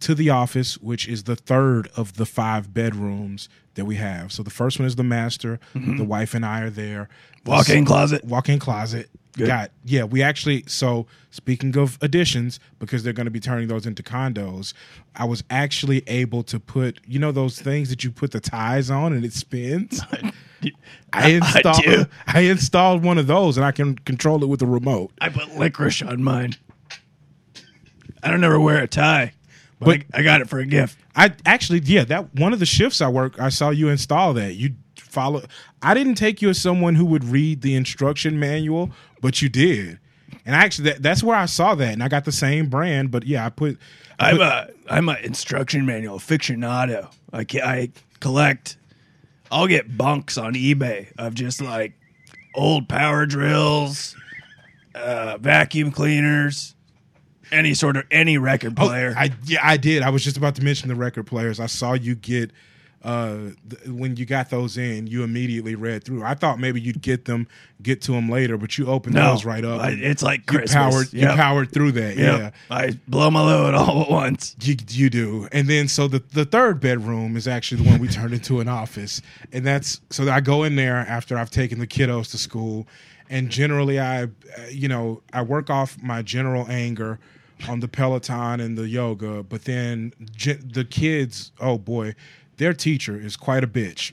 to the office, which is the third of the five bedrooms that we have. So the first one is the master, the wife and I are there. The
Walk in
s-
closet.
Walk-in closet.
Good.
Got yeah. We actually so speaking of additions because they're going to be turning those into condos. I was actually able to put you know those things that you put the ties on and
[laughs]
it spins. I installed
do.
I, installed one of those and I can control it with a remote.
I put licorice on mine. I don't ever wear a tie, but,
But-
I, I got it for a gift.
I actually yeah that one of the shifts I work I saw you install that you follow. I didn't take you as someone who would read the instruction manual, but you did. And I actually, that, that's where I saw that, and I got the same brand. But yeah, I put
I'm a I'm a instruction manual aficionado. I ca- I collect. I'll get bunks on eBay of just like old power drills, uh, vacuum cleaners, any sort of any record
Oh,
player.
I yeah, I did. I was just about to mention the record players. I saw you get uh th- when you got those in, you immediately read through. I thought maybe you'd get them, get to them later, but you opened
No.
those right up.
I-
and
it's like
you
Christmas.
powered, you
Yep.
powered through that.
Yep.
Yeah.
I blow my load [laughs] all at once.
You, you do. And then so the, the third bedroom is actually the one we turned into an office. And that's so I go in there after I've taken the kiddos to school. And generally, I, uh, you know, I work off my general anger on the Peloton and the yoga. But then gen- the kids, oh boy, their teacher is quite a bitch.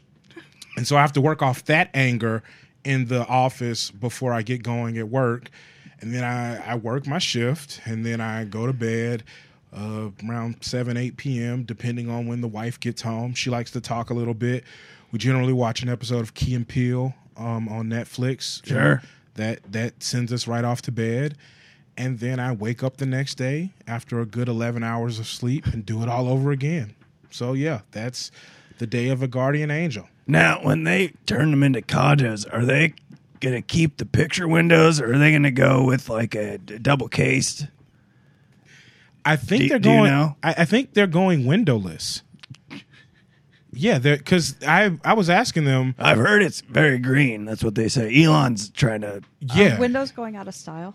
And so I have to work off that anger in the office before I get going at work. And then I, I work my shift and then I go to bed uh, around 7, 8 p.m., depending on when the wife gets home. She likes to talk a little bit. We generally watch an episode of Key and Peele um, on Netflix.
Sure.
That, that sends us right off to bed. And then I wake up the next day after a good 11 hours of sleep and do it all over again. So, yeah, that's the day of a guardian angel.
Now, when they turn them into condos, are they gonna keep the picture windows, or are they gonna go with like a, d- double cased?
I think
Do-
they're
do you
going.
know?
I, I think they're going windowless. Yeah, because I I was asking them.
I've heard it's very green. That's what they say. Elon's trying to.
Yeah,
Windows going out of style.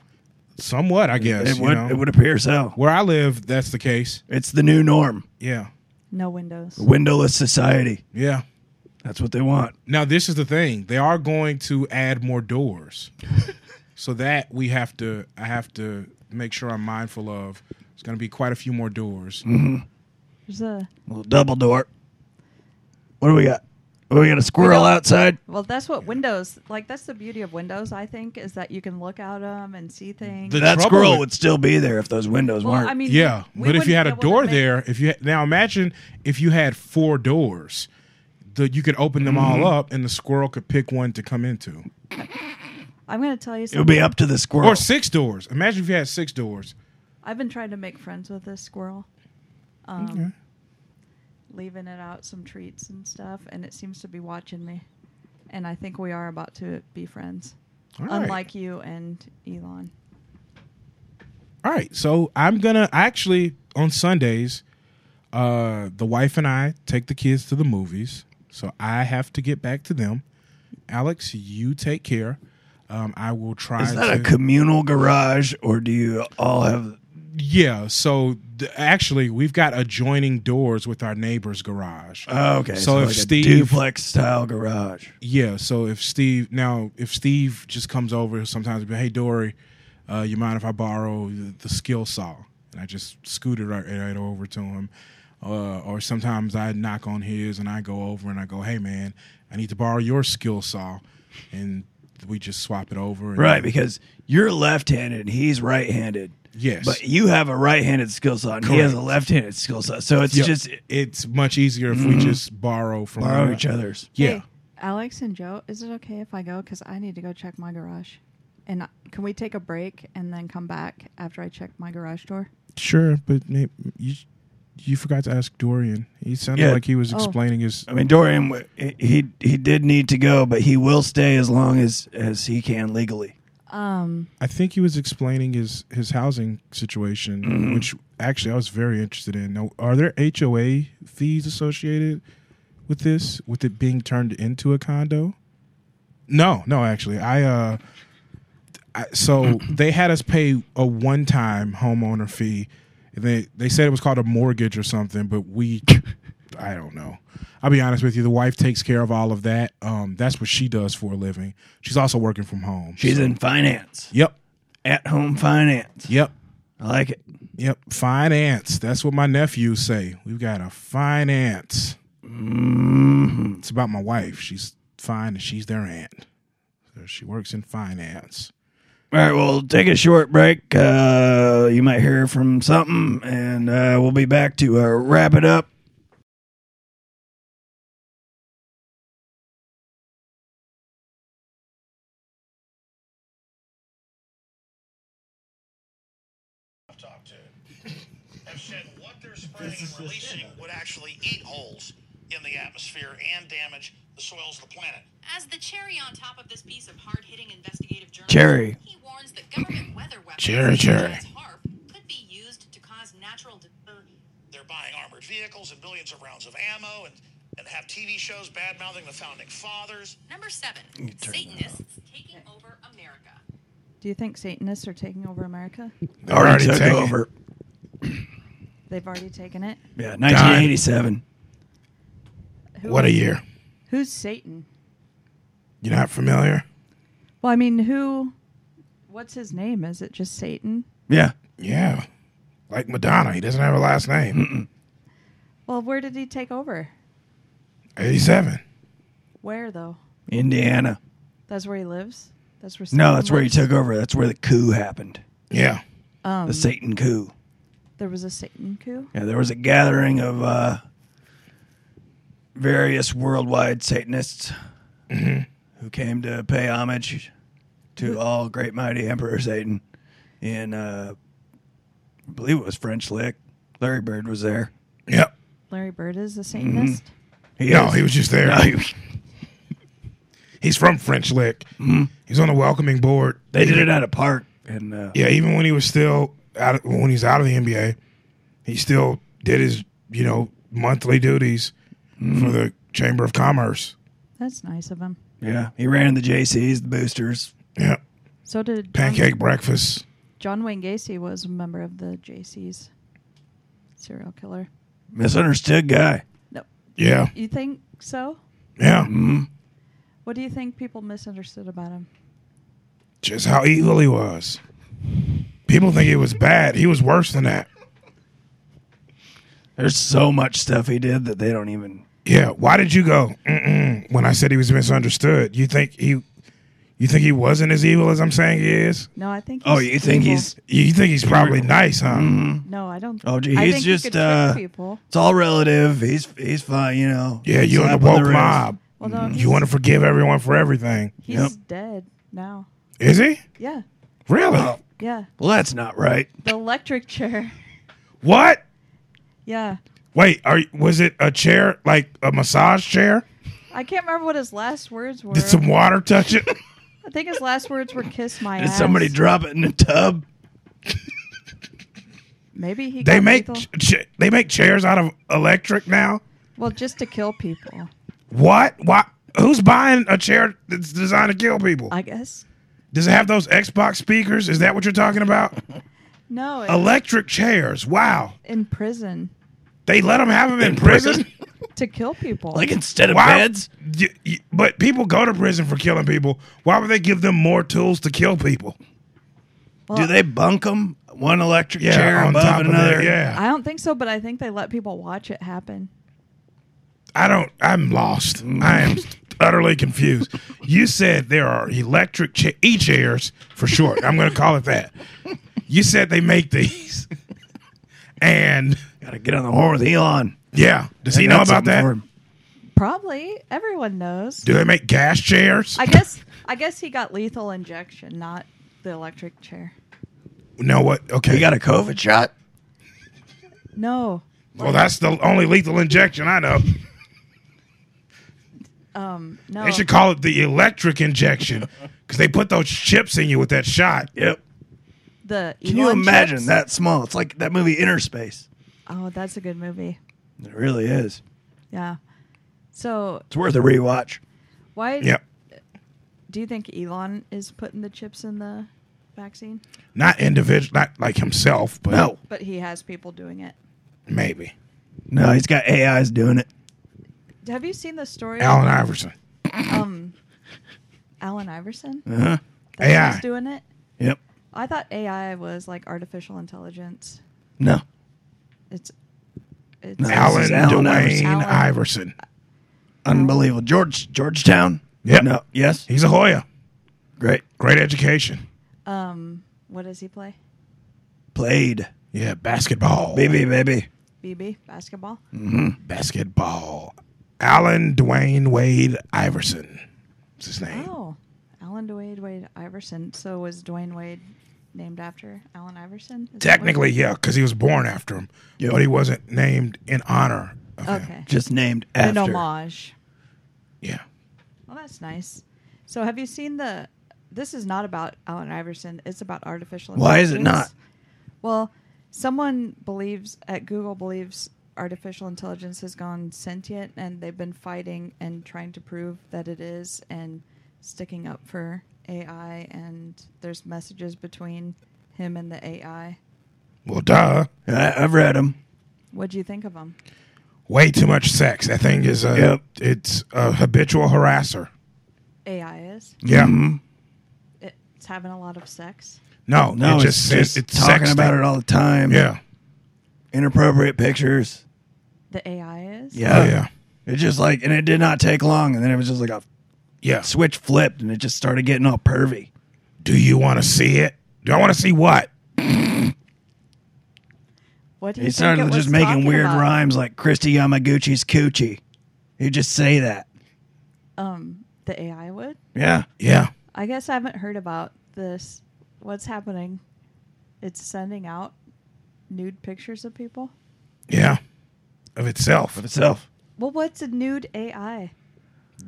somewhat. I guess
It
you
would.
know.
It would appear so.
Where I live, that's the case.
It's the new norm.
Yeah,
No windows.
Windowless society.
yeah.
That's what they want.
Now this is the thing. They are going to add
[laughs]
more doors, so that we have to. I have to make sure I'm mindful of. There's going to be quite a few more doors.
There's a
Well, double door. What do we got? Oh, we got a squirrel outside.
well. That's what Windows like. That's the beauty of Windows. I think is that you can look out them and see things.
The
that
trouble
squirrel
with-
would still be there if those windows
well,
weren't.
I mean,
Yeah,
we
but if you
wouldn't
had a
be able to
door
make-
there, if you now imagine if you had four doors, that you could open them
Mm-hmm.
all up, and the squirrel could pick one to come into,
I'm going to tell you
it would
something.
be up to the squirrel.
or six doors. Imagine if you had six doors.
I've been trying to make friends with this squirrel, um, leaving it out some treats and stuff, and it seems to be watching me. And I think we are about to be friends,
All right.
unlike you and Elon.
All right, so I'm gonna actually on Sundays, uh, the wife and I take the kids to the movies. So I have to get back to them. Alex, you take care. Um, I will try.
Is that
to,
a communal garage, or do you all have
Yeah, so th- actually, we've got adjoining doors with our neighbor's garage.
Oh, okay.
So, if
like a
Steve,
duplex style garage.
yeah, so if Steve now, if Steve just comes over, sometimes he'll be, hey Dory, uh, you mind if I borrow the, the skill saw? And I just scoot it right, right over to him. Uh, or sometimes I knock on his and I go over and I go, hey man, I need to borrow your skill saw, and we just swap it over. and-
Right, because you're left-handed and he's right-handed.
Yes.
But you have a right-handed skill set and he has a left-handed skill set. So it's
Yeah,
just Mm-hmm.
it's much easier if we just borrow from
borrow
one-
each other's.
Yeah.
Hey, Alex and Joe, is it okay if I go? Because I need to go check my garage. And I- can we take a break and then come back after I check my garage door?
Sure, but may you you forgot to ask Dorian. He sounded
Yeah.
like he was
Oh.
explaining his.
I mean, Dorian, w- he he did need to go, but he will stay as long as as he can legally.
Um,
I think he was explaining his his housing situation, which actually I was very interested in. Now, are there HOA fees associated with this? With it being turned into a condo? No, no. Actually, I uh, I, so they had us pay a one time homeowner fee. And they they said it was called a mortgage or something, but we I don't know. I'll be honest with you. The wife takes care of all of that. Um, that's what she does for a living. She's also working from home.
She's in finance,
Yep.
at-home finance.
Yep.
I like it.
Yep. Finance. That's what my nephews say. We've got a finance.
Mm-hmm.
It's about my wife. She's fine and she's their aunt. So she works in finance.
All right, we'll take a short break. Uh, you might hear from something, and uh, we'll be back to uh, wrap it up.
I've talked to have said what they're spraying and releasing would actually eat holes in the atmosphere and damage the soils of the planet.
As the cherry on top of this piece of hard-hitting investigative journalism,
Cherry.
he warns that government weather weapons
Cherry,
such as
cherry.
HAARP, could be used to cause natural di- er,
They're buying armored vehicles and billions of rounds of ammo and, and have TV shows bad mouthing the founding fathers.
Number 7. Satanists taking over America.
do you think Satanists are taking over America?
Already, took
taken.
over.
They've already taken it.
Yeah, 1987.
Who-
What a year.
Who's Satan?
You're not familiar?
Well, I mean, who? What's his name? Is it just Satan?
Yeah.
Yeah. Like Madonna. He doesn't have a last name.
Well, where did he take over?
87.
Where though?
Indiana.
That's where he lives. That's where.
No,
Satan
that's where he
lives?
took over. That's where the coup happened.
Yeah.
Um,
The Satan coup.
there was a Satan coup.
Yeah, there was a gathering of uh, various worldwide Satanists
Mm-hmm.
who came to pay homage to all great mighty Emperor Satan. And uh, I believe it was French Lick. Larry Bird was there.
Yep.
Larry Bird is
Mm-hmm.
a Satanist.
He
No,
is-
he was just
[laughs]
there.
No, he-
He's from French Lick. He's on the welcoming board.
Mm-hmm. they did it at a park. And uh,
Yeah, even when he was still out, of, when he's out of the NBA, he still did his you know monthly duties for the Chamber of Commerce.
That's nice of him.
yeah, he ran the JCs, the boosters.
Yeah,
So did John-
pancake breakfast.
John Wayne Gacy was a member of the JCs. Serial killer.
Misunderstood guy.
No,
Yeah,
you think so?
yeah.
What do you think people misunderstood about him?
Just how evil he was. People think he was bad. He was worse than that.
There's so much stuff he did that they don't even.
Yeah. Why did you go Mm-mm, when I said he was misunderstood? You think he, you think he wasn't as evil as I'm saying he is?
No, I think. He's
Oh, you think
evil.
he's
You think he's probably nice, huh?
Mm-hmm.
No, I don't.
Oh, gee,
I
he's
think
just,
he could trick
uh,
people.
It's all relative. He's he's fine, you know.
Yeah, you in
Slap
the
on
woke
wrist.
mob. Mm-hmm.
Well, no, he's,
You want to forgive everyone for everything.
he's
Yep.
dead now.
Is he?
Yeah,
Really?
yeah.
Well, that's not right.
The electric chair.
What?
Yeah,
Wait, are was it a chair like a massage chair?
I can't remember what his last words were.
Did some water touch
[laughs]
it?
I think his last words were "kiss my
Did
ass."
somebody drop it in a tub?
Maybe he.
they
got
make
lethal-
ch- ch- they make chairs out of electric now.
well just to kill people.
What? Why? Who's buying a chair that's designed to kill people?
I guess [laughs]
Does it have those Xbox speakers? Is that what you're talking about?
No, in,
Electric chairs. Wow.
in prison
They let them have them in,
In
prison?
prison?
to kill people.
Like instead of
Wow.
beds?
Y- y- but people go to prison for killing people. Why would they give them more tools to kill people?
Well,
Do they bunk them? One electric
Yeah,
chair
on
above
top of
another.
there. Yeah.
I don't think so, but I think they let people watch it happen.
I don't. I'm lost. I am utterly confused. You said there are electric cha- e chairs for short. I'm going to call it that. You said they make these, and
Gotta get on the horn with Elon.
yeah, does he
I
know
got
about
something for
that?
him.
Probably everyone knows.
Do they make gas chairs?
I guess I guess he got lethal injection, not the electric chair.
no. What? Okay.
He got a COVID shot?
No.
well, that's the only lethal injection I know.
Um no.
They should call it the electric injection because they put those chips in you with that shot.
Yep.
the
Can you
Elon
imagine
chips?
that small? It's like that movie Inner Space.
Oh, that's a good movie.
It really is.
Yeah. So
It's worth a rewatch.
why
Yep.
do you think Elon is putting the chips in the vaccine?
Not individual, not like himself, but
No.
But he has people doing it.
maybe
No, he's got AIs doing it.
Have you seen the story
Allen Iverson.
of um, Alan Iverson?
Uh-huh.
That's
AI.
who's doing it?
Yep.
I thought AI was like artificial intelligence.
No.
It's it's
No.
Allen
is Allen
Dwayne
Iverson.
Allen.
Iverson.
Unbelievable. George Georgetown?
Yep.
No. Yes.
He's a Hoya.
Great.
Great education.
um what does he play?
Played.
Yeah, basketball.
Baby, baby.
BB basketball.
Basketball. Allen Dwayne Wade Iverson. That's his
Mm-hmm.
name.
Oh, Alan Dwayne Wade Iverson. So was Dwayne Wade named after Alan Iverson? Is that what-
Technically, yeah, because he was born after him,
Yep.
but he wasn't named in honor of him.
Okay.
Just named
An
after.
homage.
Yeah.
Well, Oh, that's nice. So have you seen the? This is not about Alan Iverson. It's about artificial.
Why is it
intelligence.
not?
Well, someone believes at Google believes artificial intelligence has gone sentient, and they've been fighting and trying to prove that it is, and sticking up for AI. And there's messages between him and the AI.
Well, duh.
I, I've read them.
What do you think of him?
Way too much sex. That thing is a
Yep.
it's a habitual harasser.
AI is
Yeah.
Mm-hmm.
it's having a lot of sex.
No,
No,
it
it's just talking
sexting.
about it all the time.
Yeah.
Inappropriate pictures.
The AI is.
Yeah.
Oh, yeah.
It's just like, and it did not take long. And then it was just like a
Yeah.
switch flipped and it just started getting all pervy.
Do you want to see it? Do I want to see what?
What do you
He
think it
started
was
just making
talking
weird
about?
rhymes like Christy Yamaguchi's coochie. He'd just say that.
Um, the AI would.
Yeah.
Yeah.
I guess I haven't heard about this. What's happening? It's sending out nude pictures of people.
Yeah. Of itself.
Of itself.
Well, what's a nude AI?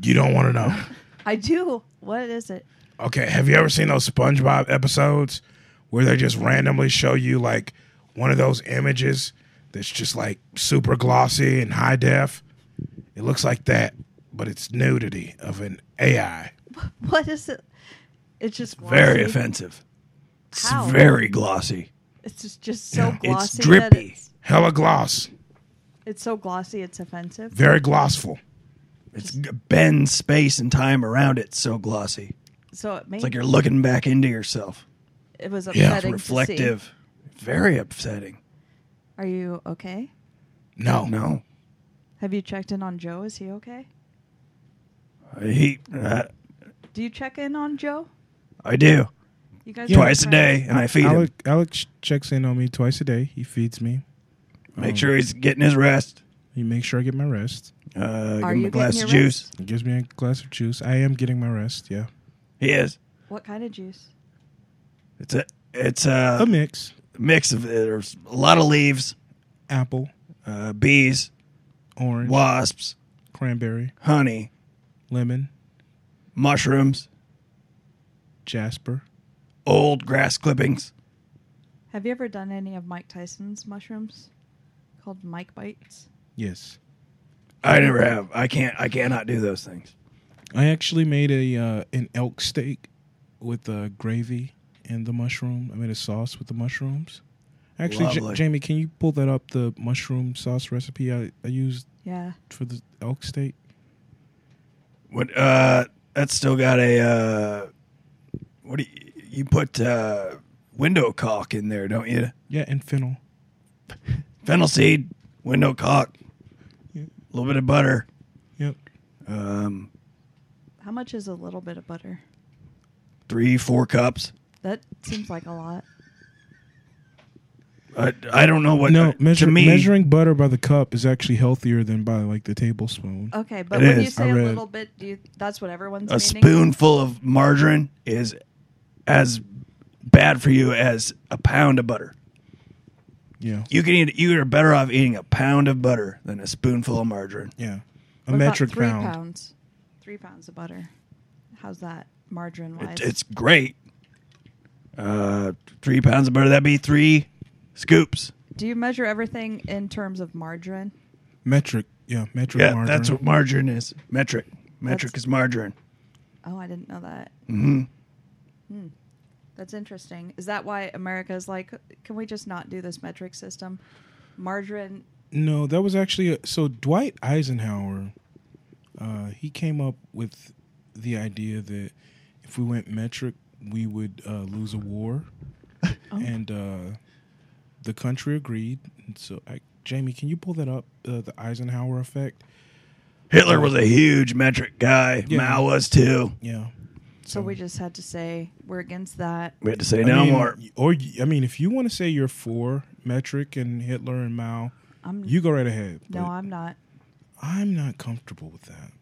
You don't want to know. [laughs]
I do. What is it?
Okay. Have you ever seen those SpongeBob episodes where they just randomly show you like one of those images that's just like super glossy and high def? It looks like that, but it's nudity of an AI.
What is it? It's just glossy.
Very offensive. It's
How?
very glossy.
It's just, just so
Yeah. It's
glossy. That
drippy.
it's,
Hella gloss.
it's so glossy. It's offensive.
Very glossful.
It's g- bends space and time around it so glossy.
So it made
It's like you're looking back into yourself.
it was
Yeah,
upsetting. to see.
Reflective. Very upsetting.
Are you okay?
No.
No.
Have you checked in on Joe? Is he okay?
He, uh,
Do you check in on Joe?
I do.
You guys are
Twice a
friends.
day, and I feed him.
Alex, Alex checks in on me twice a day. He feeds me.
Make sure he's getting his rest.
He makes sure I get my rest.
Uh, give
Are
him
you
a glass
getting
of
your
juice.
rest?
He gives me a glass of juice. I am getting my rest. Yeah,
He is.
What kind of juice?
It's a it's a
a mix.
mix of there's a lot of leaves,
Apple,
uh, bees,
orange,
wasps,
cranberry,
honey,
lemon,
mushrooms,
jasper.
old grass clippings.
Have you ever done any of Mike Tyson's mushrooms called Mike Bites?
Yes.
I never have. I can't. I cannot do those things.
I actually made a uh, an elk steak with uh, gravy and the mushroom. I made a sauce with the mushrooms. Actually, J-
Lovely.
Jamie, can you pull that up? The mushroom sauce recipe I, I used
Yeah.
for the elk steak.
What? Uh, that's still got a. Uh, what do you, you put? Uh, window caulk in there, don't you?
Yeah, and fennel.
Fennel seed, window caulk, a little bit of butter.
Yep.
Um,
How much is a little bit of butter?
three, four cups.
That seems like a lot.
I, I don't know what.
no,
to
measure,
me,
measuring butter by the cup is actually healthier than by like the tablespoon.
Okay, but
It
when
is.
you
I
say a
read-
little bit, do you, that's what everyone's
a
meaning?
spoonful of margarine is as bad for you as a pound of butter.
yeah.
You can eat. You are better off eating a pound of butter than a spoonful of margarine.
Yeah. A
What about
metric
three
pound.
pounds. Three pounds of butter. How's that margarine wise?
It, it's great. Uh, three pounds of butter. That'd be three scoops.
do you measure everything in terms of margarine?
Metric. Yeah, metric
Yeah,
margarine.
that's what margarine is. Metric. Metric
That's-
is margarine.
Oh, I didn't know that. Mm-hmm. That's interesting. Is that why America is like, can we just not do this metric system? Margarine.
No, that was actually a, so Dwight Eisenhower. Uh, he came up with the idea that if we went metric, we would uh, lose a
[laughs]
war,
Oh.
and uh, the country agreed. And so, I, Jamie, can you pull that up? Uh, the Eisenhower effect.
Hitler was a huge metric guy.
Yeah.
Mao was too.
Yeah.
So
Mm.
we just had to say we're against that.
We had to say
I
no
mean,
more.
Or y- I mean, if you want to say you're for metric and Hitler and Mao,
I'm
you go right ahead.
no,
but
I'm not.
I'm not comfortable with that.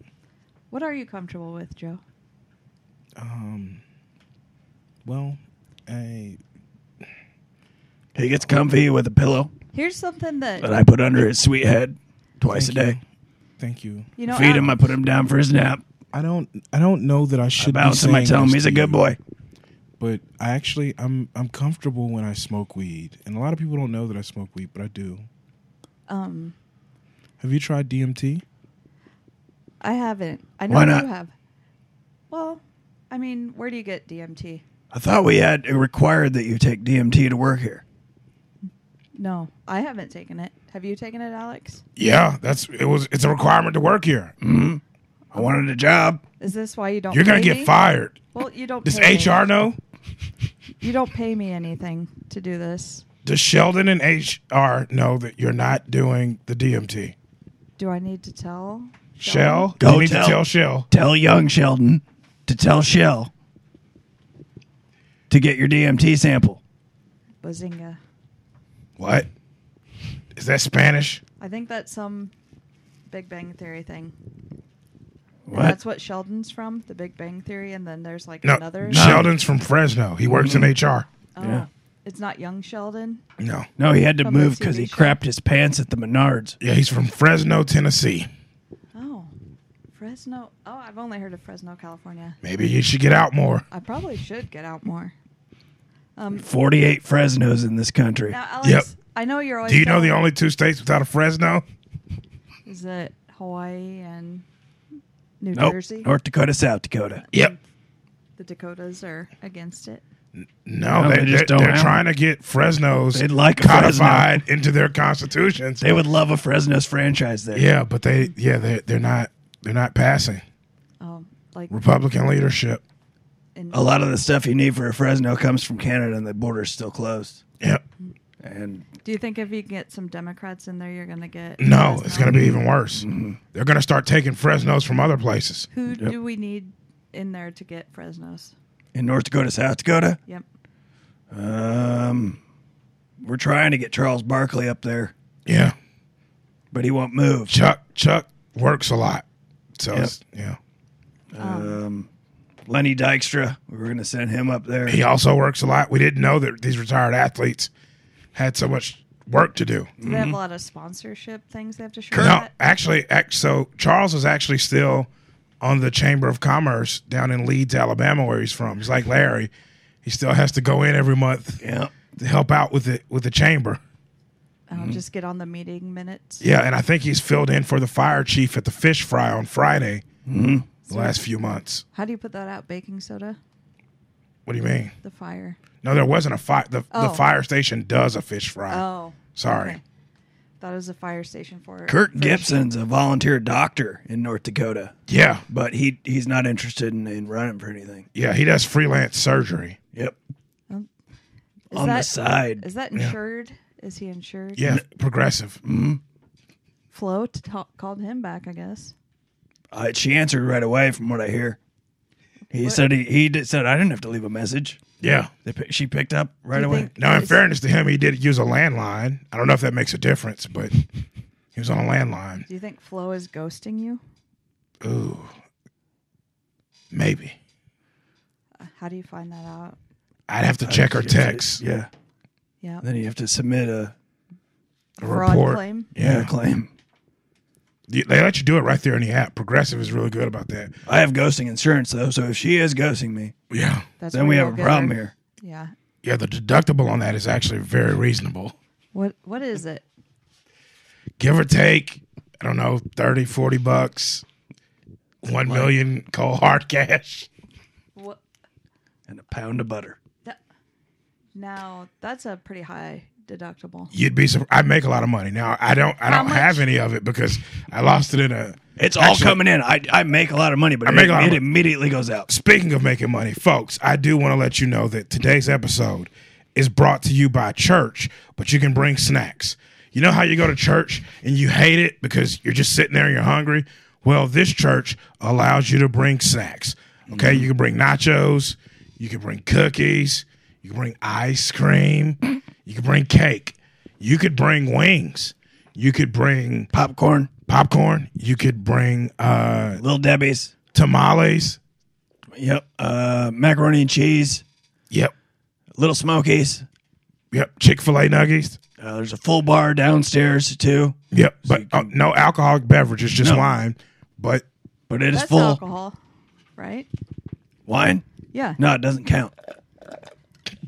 What are you comfortable with, Joe?
Well, I
He gets comfy with a pillow
Here's something that
that I put under his sweet head twice
Thank
a
you.
day.
Thank you.
you know.
Feed
Al-
him. I put him down for his nap.
I don't. I don't know that I
I
should be
bounce him. I
saying
tell him
this
he's
to
a good
you,
boy.
But I actually, I'm I'm comfortable when I smoke weed, and a lot of people don't know that I smoke weed, but I do.
um,
Have you tried DMT?
I haven't. I know
Why
you
not?
have. Well, I mean, where do you get DMT?
I thought we had it required that you take DMT to work here.
No, I haven't taken it. Have you taken it, Alex?
Yeah, that's it was. It's a requirement to work here.
I wanted a job.
Is this why you don't?
You're gonna
pay
get
me?
fired.
Well, you don't.
Does
pay me.
HR know?
You don't pay me anything to do this.
Does Sheldon and HR know that you're not doing the DMT?
Do I need to tell?
Shell,
Go
you need
tell.
to tell Shell.
Tell young Sheldon to tell Shell to get your DMT sample.
Bazinga.
What? Is that Spanish?
I think that's some Big Bang Theory thing. And
What?
That's what Sheldon's from, The Big Bang Theory, and then there's like
No,
another.
Sheldon's from Fresno. He works
Mm-hmm.
in HR.
Oh,
Yeah.
It's not young Sheldon.
No,
No, he had to
From the
move because he
TV show.
crapped his pants at the Menards.
yeah, he's from Fresno, Tennessee.
Oh, Fresno. Oh, I've only heard of Fresno, California.
Maybe you should get out more.
I probably should get out more.
48 Fresnos in this country.
Now, Alex,
Yep.
I know you're always.
Do you know the
telling-
only two states without a Fresno?
Is it Hawaii and New
Nope.
Jersey?
North Dakota, South Dakota.
Yep.
Mm. The Dakotas are against it.
No,
No,
they,
they
they
just
are
don't
They're
have
trying to get Fresno's
They'd like a
codified into their constitutions.
They would love a Fresnos franchise there.
yeah, but they yeah they they're not they're not passing
Um, like
Republican leadership.
in
A lot of the stuff you need for a Fresno comes from Canada and the border's still closed.
Yep.
And
Do you think if you get some Democrats in there, you're going to get?
No, it's going to be even worse. They're going to start taking Fresno's from other places.
Who do we need in there to get Fresno's?
in North Dakota, South Dakota,
Yep.
um, we're trying to get Charles Barkley up there,
Yeah,
but he won't move.
Chuck Chuck works a lot, so it's, yeah.
Um, Lenny Dykstra, we were going to send him up there.
He also works a lot. We didn't know that these retired athletes had so much work to do.
Do they have a lot of sponsorship things they have to show?
Mm-hmm. No,
at?
actually, ac- so Charles is actually still on the Chamber of Commerce down in Leeds, Alabama, where he's from. He's like Larry; he still has to go in every month
Yeah.
to help out with the with the chamber.
I'll Um,
Mm-hmm.
just get on the meeting minutes.
Yeah, and I think he's filled in for the fire chief at the fish fry on Friday. The last few months.
How do you put that out? Baking soda?
What do you mean?
The fire.
No, there wasn't a fire. The, the
Oh.
fire station does a fish
Ah.
fry.
Oh,
Sorry.
okay. Thought it was a fire station for
Kurt
for
Gibson's a volunteer doctor in North Dakota,
Yeah,
but he he's not interested in, in running for anything.
yeah. He does freelance surgery.
Yep,
Is
on the
that-
side.
Is that insured? Is he insured?
Yeah, progressive.
Flo t- ta- called him back, I guess.
Uh, she answered right away, from what I hear. He said he he did, said I didn't have to leave a message.
Yeah.
They, pick- she picked up right
you
away.
think-
Now, in
It's-
fairness to him, he did use a landline. I don't know if that makes a difference, but he was on a landline.
Do you think Flo is ghosting you?
Ooh, maybe.
Uh, How do you find that out?
I'd have to check her text.
Yeah.
Yeah.
Then you have to submit a,
A
Fraud
report.
claim?
yeah.
Yeah,
claim.
You- they let you do it right there in the app. Progressive is really good about that.
I have ghosting insurance though, so if she is ghosting me,
Yeah,
That's
then
where
we
you'll
have a
get
problem
her.
here.
Yeah.
yeah. The deductible on that is actually very reasonable.
What What is it?
give or take, I don't know, 30, 40 bucks, one million cold hard cash.
What?
And a pound of butter.
That, now that's a pretty high deductible.
You'd be surprised. I make a lot of money now. I don't. I don't
much?
have any of it because I lost it in a.
It's
Actually,
all coming in. I, I make a lot of money, but
I
it,
make a lot of
it
mon-
immediately goes out.
Speaking of making money, folks, I do want to let you know that today's episode is brought to you by church, but you can bring snacks. You know how you go to church and you hate it because you're just sitting there and you're hungry? Well, this church allows you to bring snacks. Okay, you can bring nachos, you can bring cookies, you can bring ice cream, you can bring cake, you could bring wings, you could bring
Popcorn,
popcorn, you could bring uh,
Little Debbie's,
tamales.
yep, uh, macaroni and cheese,
Yep,
Little Smokies.
Yep, Chick Fil A nuggies.
Uh, there's a full bar downstairs too,
Yep, but uh, no alcoholic beverages, just
No.
wine. But
but it is
That's
full.
alcohol, right?
Wine?
Yeah.
No, it doesn't count.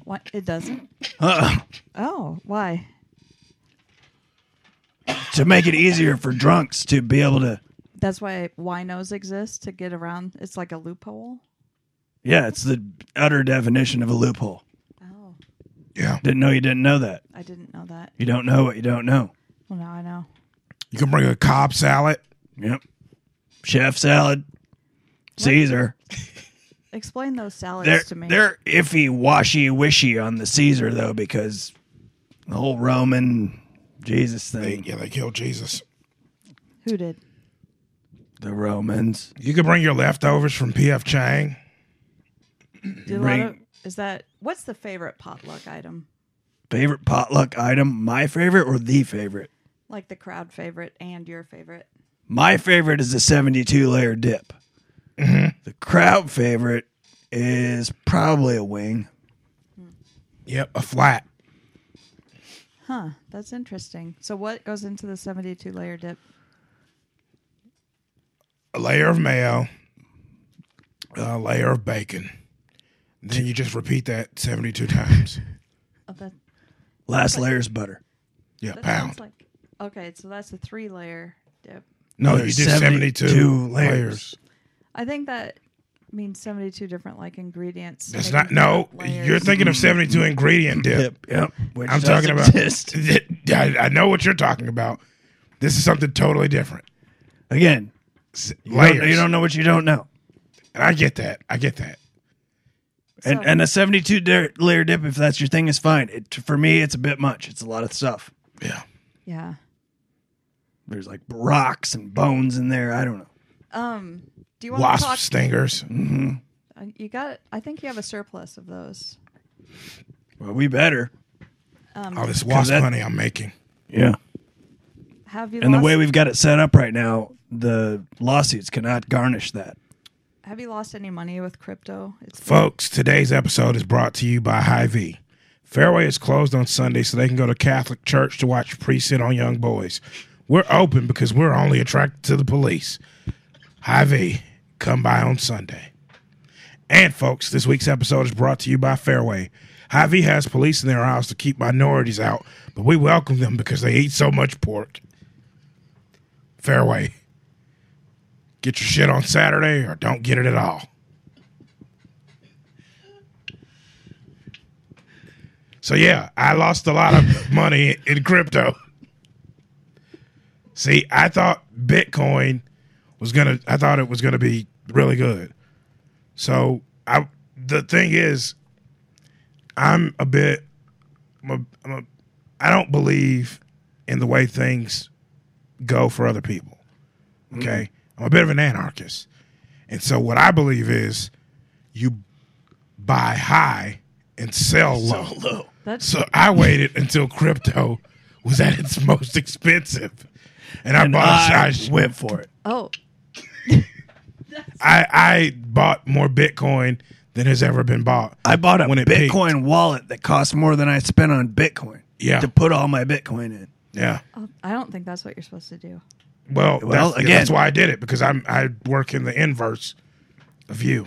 Why, it [coughs] doesn't.
Uh,
Oh, why?
to make it easier for drunks to be able to,
That's why winos exist to get around. It's like a loophole.
yeah, it's the utter definition of a loophole.
Oh,
yeah,
Didn't know you didn't know that.
I didn't know that.
You don't know what you don't know.
Well, now I know.
you can bring a Cobb salad.
Yep. Chef salad, Caesar.
Explain those salads
They're,
to me.
they're iffy, washy, wishy on the Caesar, though, because the whole Roman Jesus
They,
thing,
yeah, they killed Jesus.
Who did?
the Romans.
You can bring your leftovers from PF Chang.
Do a lot
Ring-
of, is that what's the favorite potluck item?
Favorite potluck item, my favorite or the favorite?
Like the crowd favorite and your favorite.
My favorite is the 72 layer dip.
Mm-hmm.
The crowd favorite is probably a wing.
Yep, a flat.
Huh, that's interesting. So what goes into the 72 layer dip?
a layer of mayo, a layer of bacon. Then you just repeat that seventy-two
[laughs]
times.
Oh, that,
Last layer's butter.
Yeah,
that
pound.
sounds like Okay, so that's a 3 layer dip.
no, you
There's
did seventy-two,
72
layers.
layers.
I think that means 72 different like ingredients.
That's
making
not no.
different layers.
You're thinking of seventy-two ingredient
Yep.
dip.
Yep. Which
I'm
does
talking about.
exist.
[laughs] I, I know what you're talking about. This is something totally different.
Again,
S-
you don't-
Layers.
you don't know what you don't know.
And I get that. I get that.
And,
So-
and a 72 dar- layer dip, if that's your thing, is fine. It, for me, it's a bit much. It's a lot of stuff.
Yeah.
Yeah.
There's like rocks and bones in there. I don't know.
Um, do you want
Wasp
to talk
stingers. Mm.
uh, you got I think you have a surplus of those.
Well, we better.
All this wasp
that-
honey I'm making.
Yeah.
Have you
And the
lost-
way we've got it set up right now, the lawsuits cannot garnish that.
have you lost any money with crypto? It's
Folks, today's episode is brought to you by Hy-Vee. Fairway is closed on Sunday so they can go to Catholic Church to watch precinct on young boys. We're open because we're only attracted to the police. Hy-Vee, come by on Sunday. And folks, this week's episode is brought to you by Fairway. Hy-Vee has police in their aisles to keep minorities out, but we welcome them because they eat so much pork. Fairway, get your shit on Saturday or don't get it at all. So yeah, I lost a lot of money in crypto. See, I thought Bitcoin was gonna. I thought it was gonna be really good. So I. The thing is, I'm a bit. I'm a, I'm a, I don't believe in the way things go for other people. Okay,
Mm-hmm.
I'm a bit of an anarchist, and so what I believe is, you buy high
[laughs]
and sell low.
Low.
That's
So I waited until crypto was at its most expensive, and I
And
bought. I,
I went for it.
oh,
I I bought more Bitcoin than has ever been bought.
I bought a
When it
Bitcoin wallet that cost more than I spent on Bitcoin.
Yeah.
To put all my Bitcoin in.
Yeah.
oh, I don't think that's what you're supposed to do.
Well,
Well,
that's,
again-
that's why I did it because I'm I work in the inverse of you.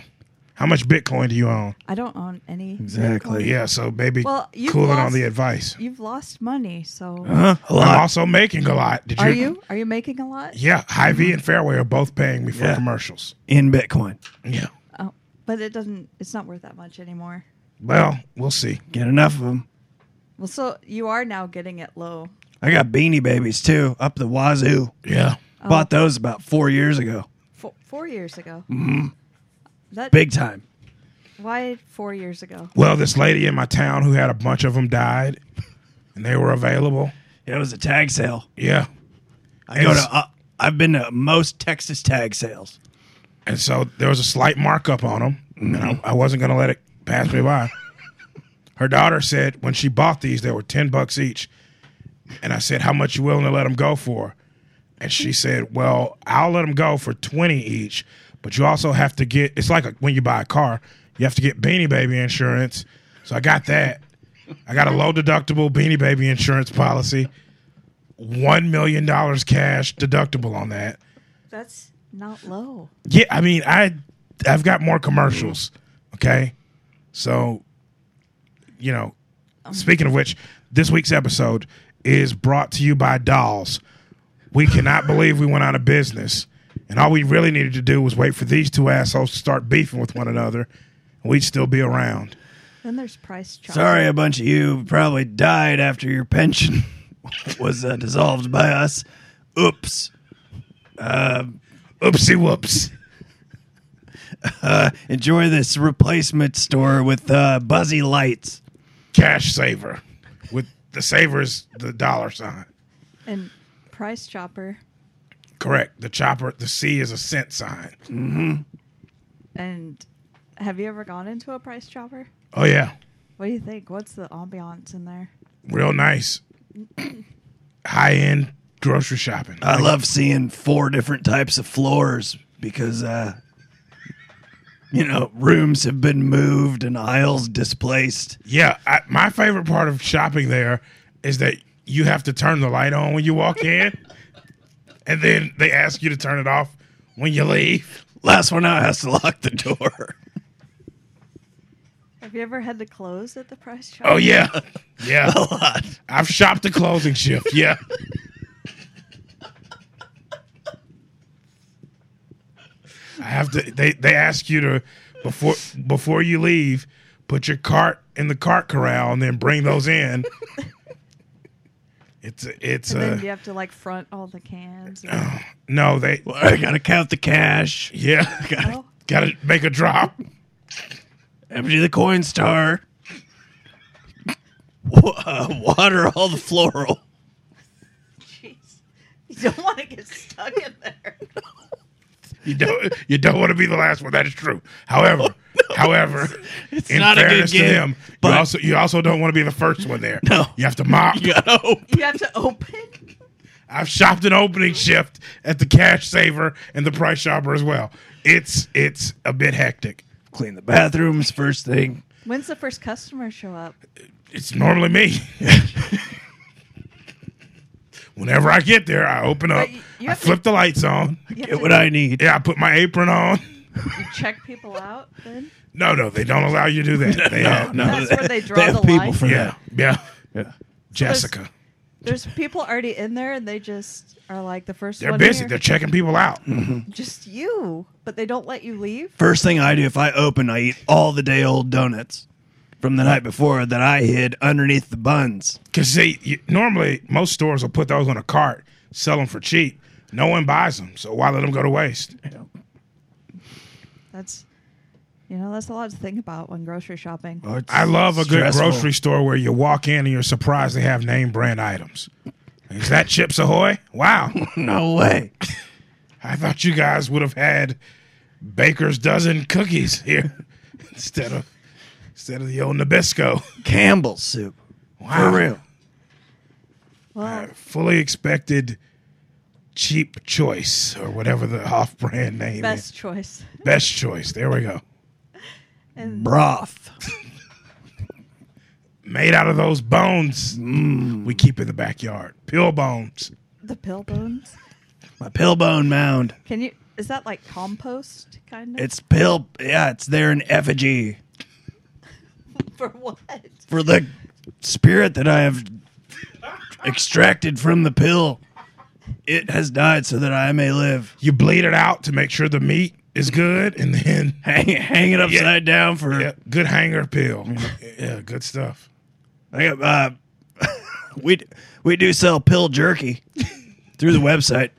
How much Bitcoin do you own?
I don't own any.
Exactly.
Yeah, so maybe
Well, you've
cool it on
lost-
the advice.
You've lost money, so
Huh? A
I'm
lot.
also making a lot. Did
are you? Mm-hmm. Are you making a lot?
Yeah, Hy-Vee and Fairway are both paying me for
Yeah.
commercials.
In Bitcoin.
Yeah.
Oh, but it doesn't. It's not worth that much anymore.
Well, we'll see.
Get enough of them.
Well, so you are now getting it low.
I got beanie babies too, up the wazoo.
Yeah.
Oh.
Bought those about four years ago.
Four, four years ago. That
Mm-hmm. Big time.
Why four years ago?
Well, this lady in my town who had a bunch of them died, and they were available.
It was a tag sale.
Yeah.
I go to.
It's-
Uh, I've been to most Texas tag sales.
And so there was a slight markup on them, and I, I wasn't going to let it pass me by. Her daughter said when she bought these, they were 10 bucks each. And I said, How much you willing to let them go for? And she said, Well, I'll let them go for 20 each, but you also have to get it's like a, when you buy a car, you have to get Beanie Baby insurance. So I got that. I got a low deductible Beanie Baby insurance policy, $1 million cash deductible on that.
That's not low.
Yeah, I mean, I I've got more commercials. Okay, so you know, speaking of which, this week's episode is brought to you by Dolls. We cannot believe we went out of business, and all we really needed to do was wait for these two assholes to start beefing with one another, and we'd still be around.
Then there's price chop.
Sorry, a bunch of you probably died after your pension [laughs] was uh, dissolved by us. Oops.
Oopsie whoops.
Enjoy this replacement store with uh, buzzy lights.
Cash saver with the savers the dollar sign.
And price chopper
Correct. The chopper, the C is a cent sign.
and have you ever gone into a price chopper?
Oh yeah.
What do you think? What's the ambiance in there?
real nice, high end grocery shopping.
I love seeing four different types of floors because, uh, you know, rooms have been moved and aisles displaced.
yeah, I, my favorite part of shopping there is that you have to turn the light on when you walk in, and then they ask you to turn it off when you leave.
Last one out has to lock the door. [laughs]
Have you ever had to close at the price chopper?
Oh yeah, yeah.
[laughs] A lot.
I've shopped the closing shift. Yeah. I have to. They they ask you to before before you leave, put your cart in the cart corral and then bring those in. It's a- it's
And then you
a,
have to like front all the cans.
oh, no. They
Well, I gotta count the cash,
yeah. [laughs] Gotta,
oh,
gotta make a drop.
empty the coin star, [laughs] wa- uh, water all the floral. [laughs]
jeez. You don't want to get stuck in there.
You don't you don't want to be the last one. That is true. However, however,
Oh, It's
in
not a good
fairness
game,
to them,
but-
you also you also don't want to be the first one there.
No.
you have to mop.
You gotta hope.
[laughs] You have to open.
I've shopped an opening shift at the Cash Saver and the Price Shopper as well. It's it's a bit hectic.
Clean the bathrooms first thing.
When's the first customer show up?
It's normally me. [laughs] Whenever I get there, I open up,
you- you
I
have to-
flip the lights on.
You have
Get
to
what I need.
Yeah, I put my apron on.
check people out then?
No, no, they don't allow you to do
[laughs]
that. they
No,
have,
no,
That's where they draw
have
the
people
line.
for
Yeah, yeah.
that. Yeah.
Jessica,
There's people already in there and they just are like the 1st
they're
one
busy.
here.
They're checking people out.
just you, but they don't let you leave.
First thing I do if I open, I eat all the day old donuts. from the night before that I hid underneath the buns.
Because see, you, normally most stores will put those on a cart, sell them for cheap. No one buys them, so why let them go to waste?
That's, you know, that's a lot to think about when grocery shopping.
I love a good
Stressful.
grocery store where you walk in and you're surprised they have name brand items. Is that Chips Ahoy? Wow.
No way. [laughs]
I thought you guys would have had Baker's dozen cookies here [laughs] instead of instead of the old Nabisco.
Campbell's soup.
Wow.
For real.
Well,
Fully expected cheap choice or whatever the off brand name is.
best choice.
Best choice. There we go.
Broth.
Made out of those bones we keep in the backyard. Pill bones.
The pill bones.
My pillbone mound.
Can you? Is that like compost kind of?
It's pill. Yeah, it's there in effigy
[laughs] for what?
for the spirit that I have extracted from the pill. It has died so that I may live.
You bleed it out to make sure the meat is good and then [laughs]
Hang, hang it upside down for.
yeah, good hanger pill. yeah, good stuff.
I got, uh, [laughs] we we do sell pill jerky through the website.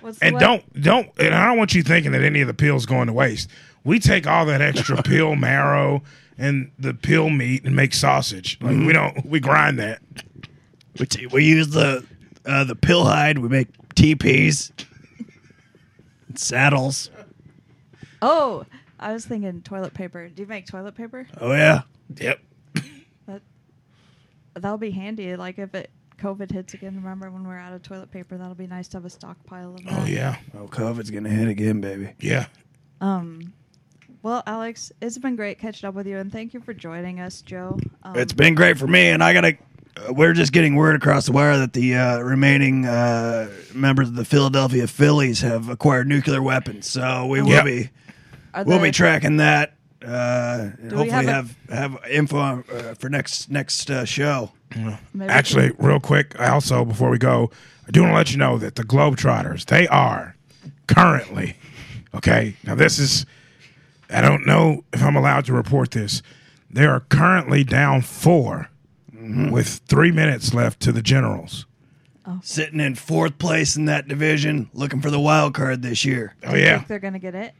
What's the
And
web-
don't don't and I don't want you thinking that any of the pill's going to waste. We take all that extra pill marrow and the pill meat and make sausage. Like we don't we grind that.
We, t- we use the uh, the pill hide. We make teepees, and saddles.
Oh, I was thinking toilet paper. Do you make toilet paper?
Uh.
Oh yeah,
Yep.
That that'll be handy. Like if it COVID hits again, remember when we're out of toilet paper? That'll be nice to have a stockpile of that.
Oh yeah.
Oh, COVID's gonna hit again, baby.
Yeah.
Um. Well, Alex, it's been great catching up with you, and thank you for joining us, Joe. Um,
It's been great for me, and I gotta. Uh, we're just getting word across the wire that the uh, remaining uh, members of the Philadelphia Phillies have acquired nuclear weapons. So we will
Yep.
be
are
we'll be
the-
tracking that. Uh, and
Do we
hopefully
have
have have, info on, uh, for next next uh, show.
maybe we
Actually, real quick, I also before we go, I do want to let you know that the Globetrotters, they are currently okay. Now this is I don't know if I'm allowed to report this. They are currently down 4 with three minutes left to the generals.
Sitting in fourth place in that division, looking for the wild card this year.
Oh yeah.
think they're gonna get it.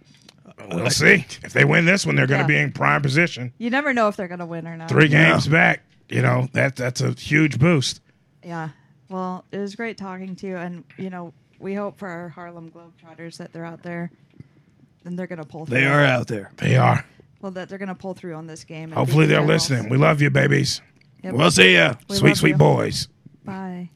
We'll see. If they win this one, they're going
Yeah.
to be in prime position.
You never know if they're gonna win or not.
Three games back, you know that that's a huge boost.
Yeah. Well, it was great talking to you, and you know we hope for our Harlem Globetrotters that they're out there, and they're gonna pull. Through.
They are out there.
They are.
Well, that they're gonna pull through on this game. and beat
Hopefully,
the
they're
Generals.
listening. We love you, babies.
Yep.
We'll see ya.
We
sweet,
love
sweet
you.
boys.
Bye.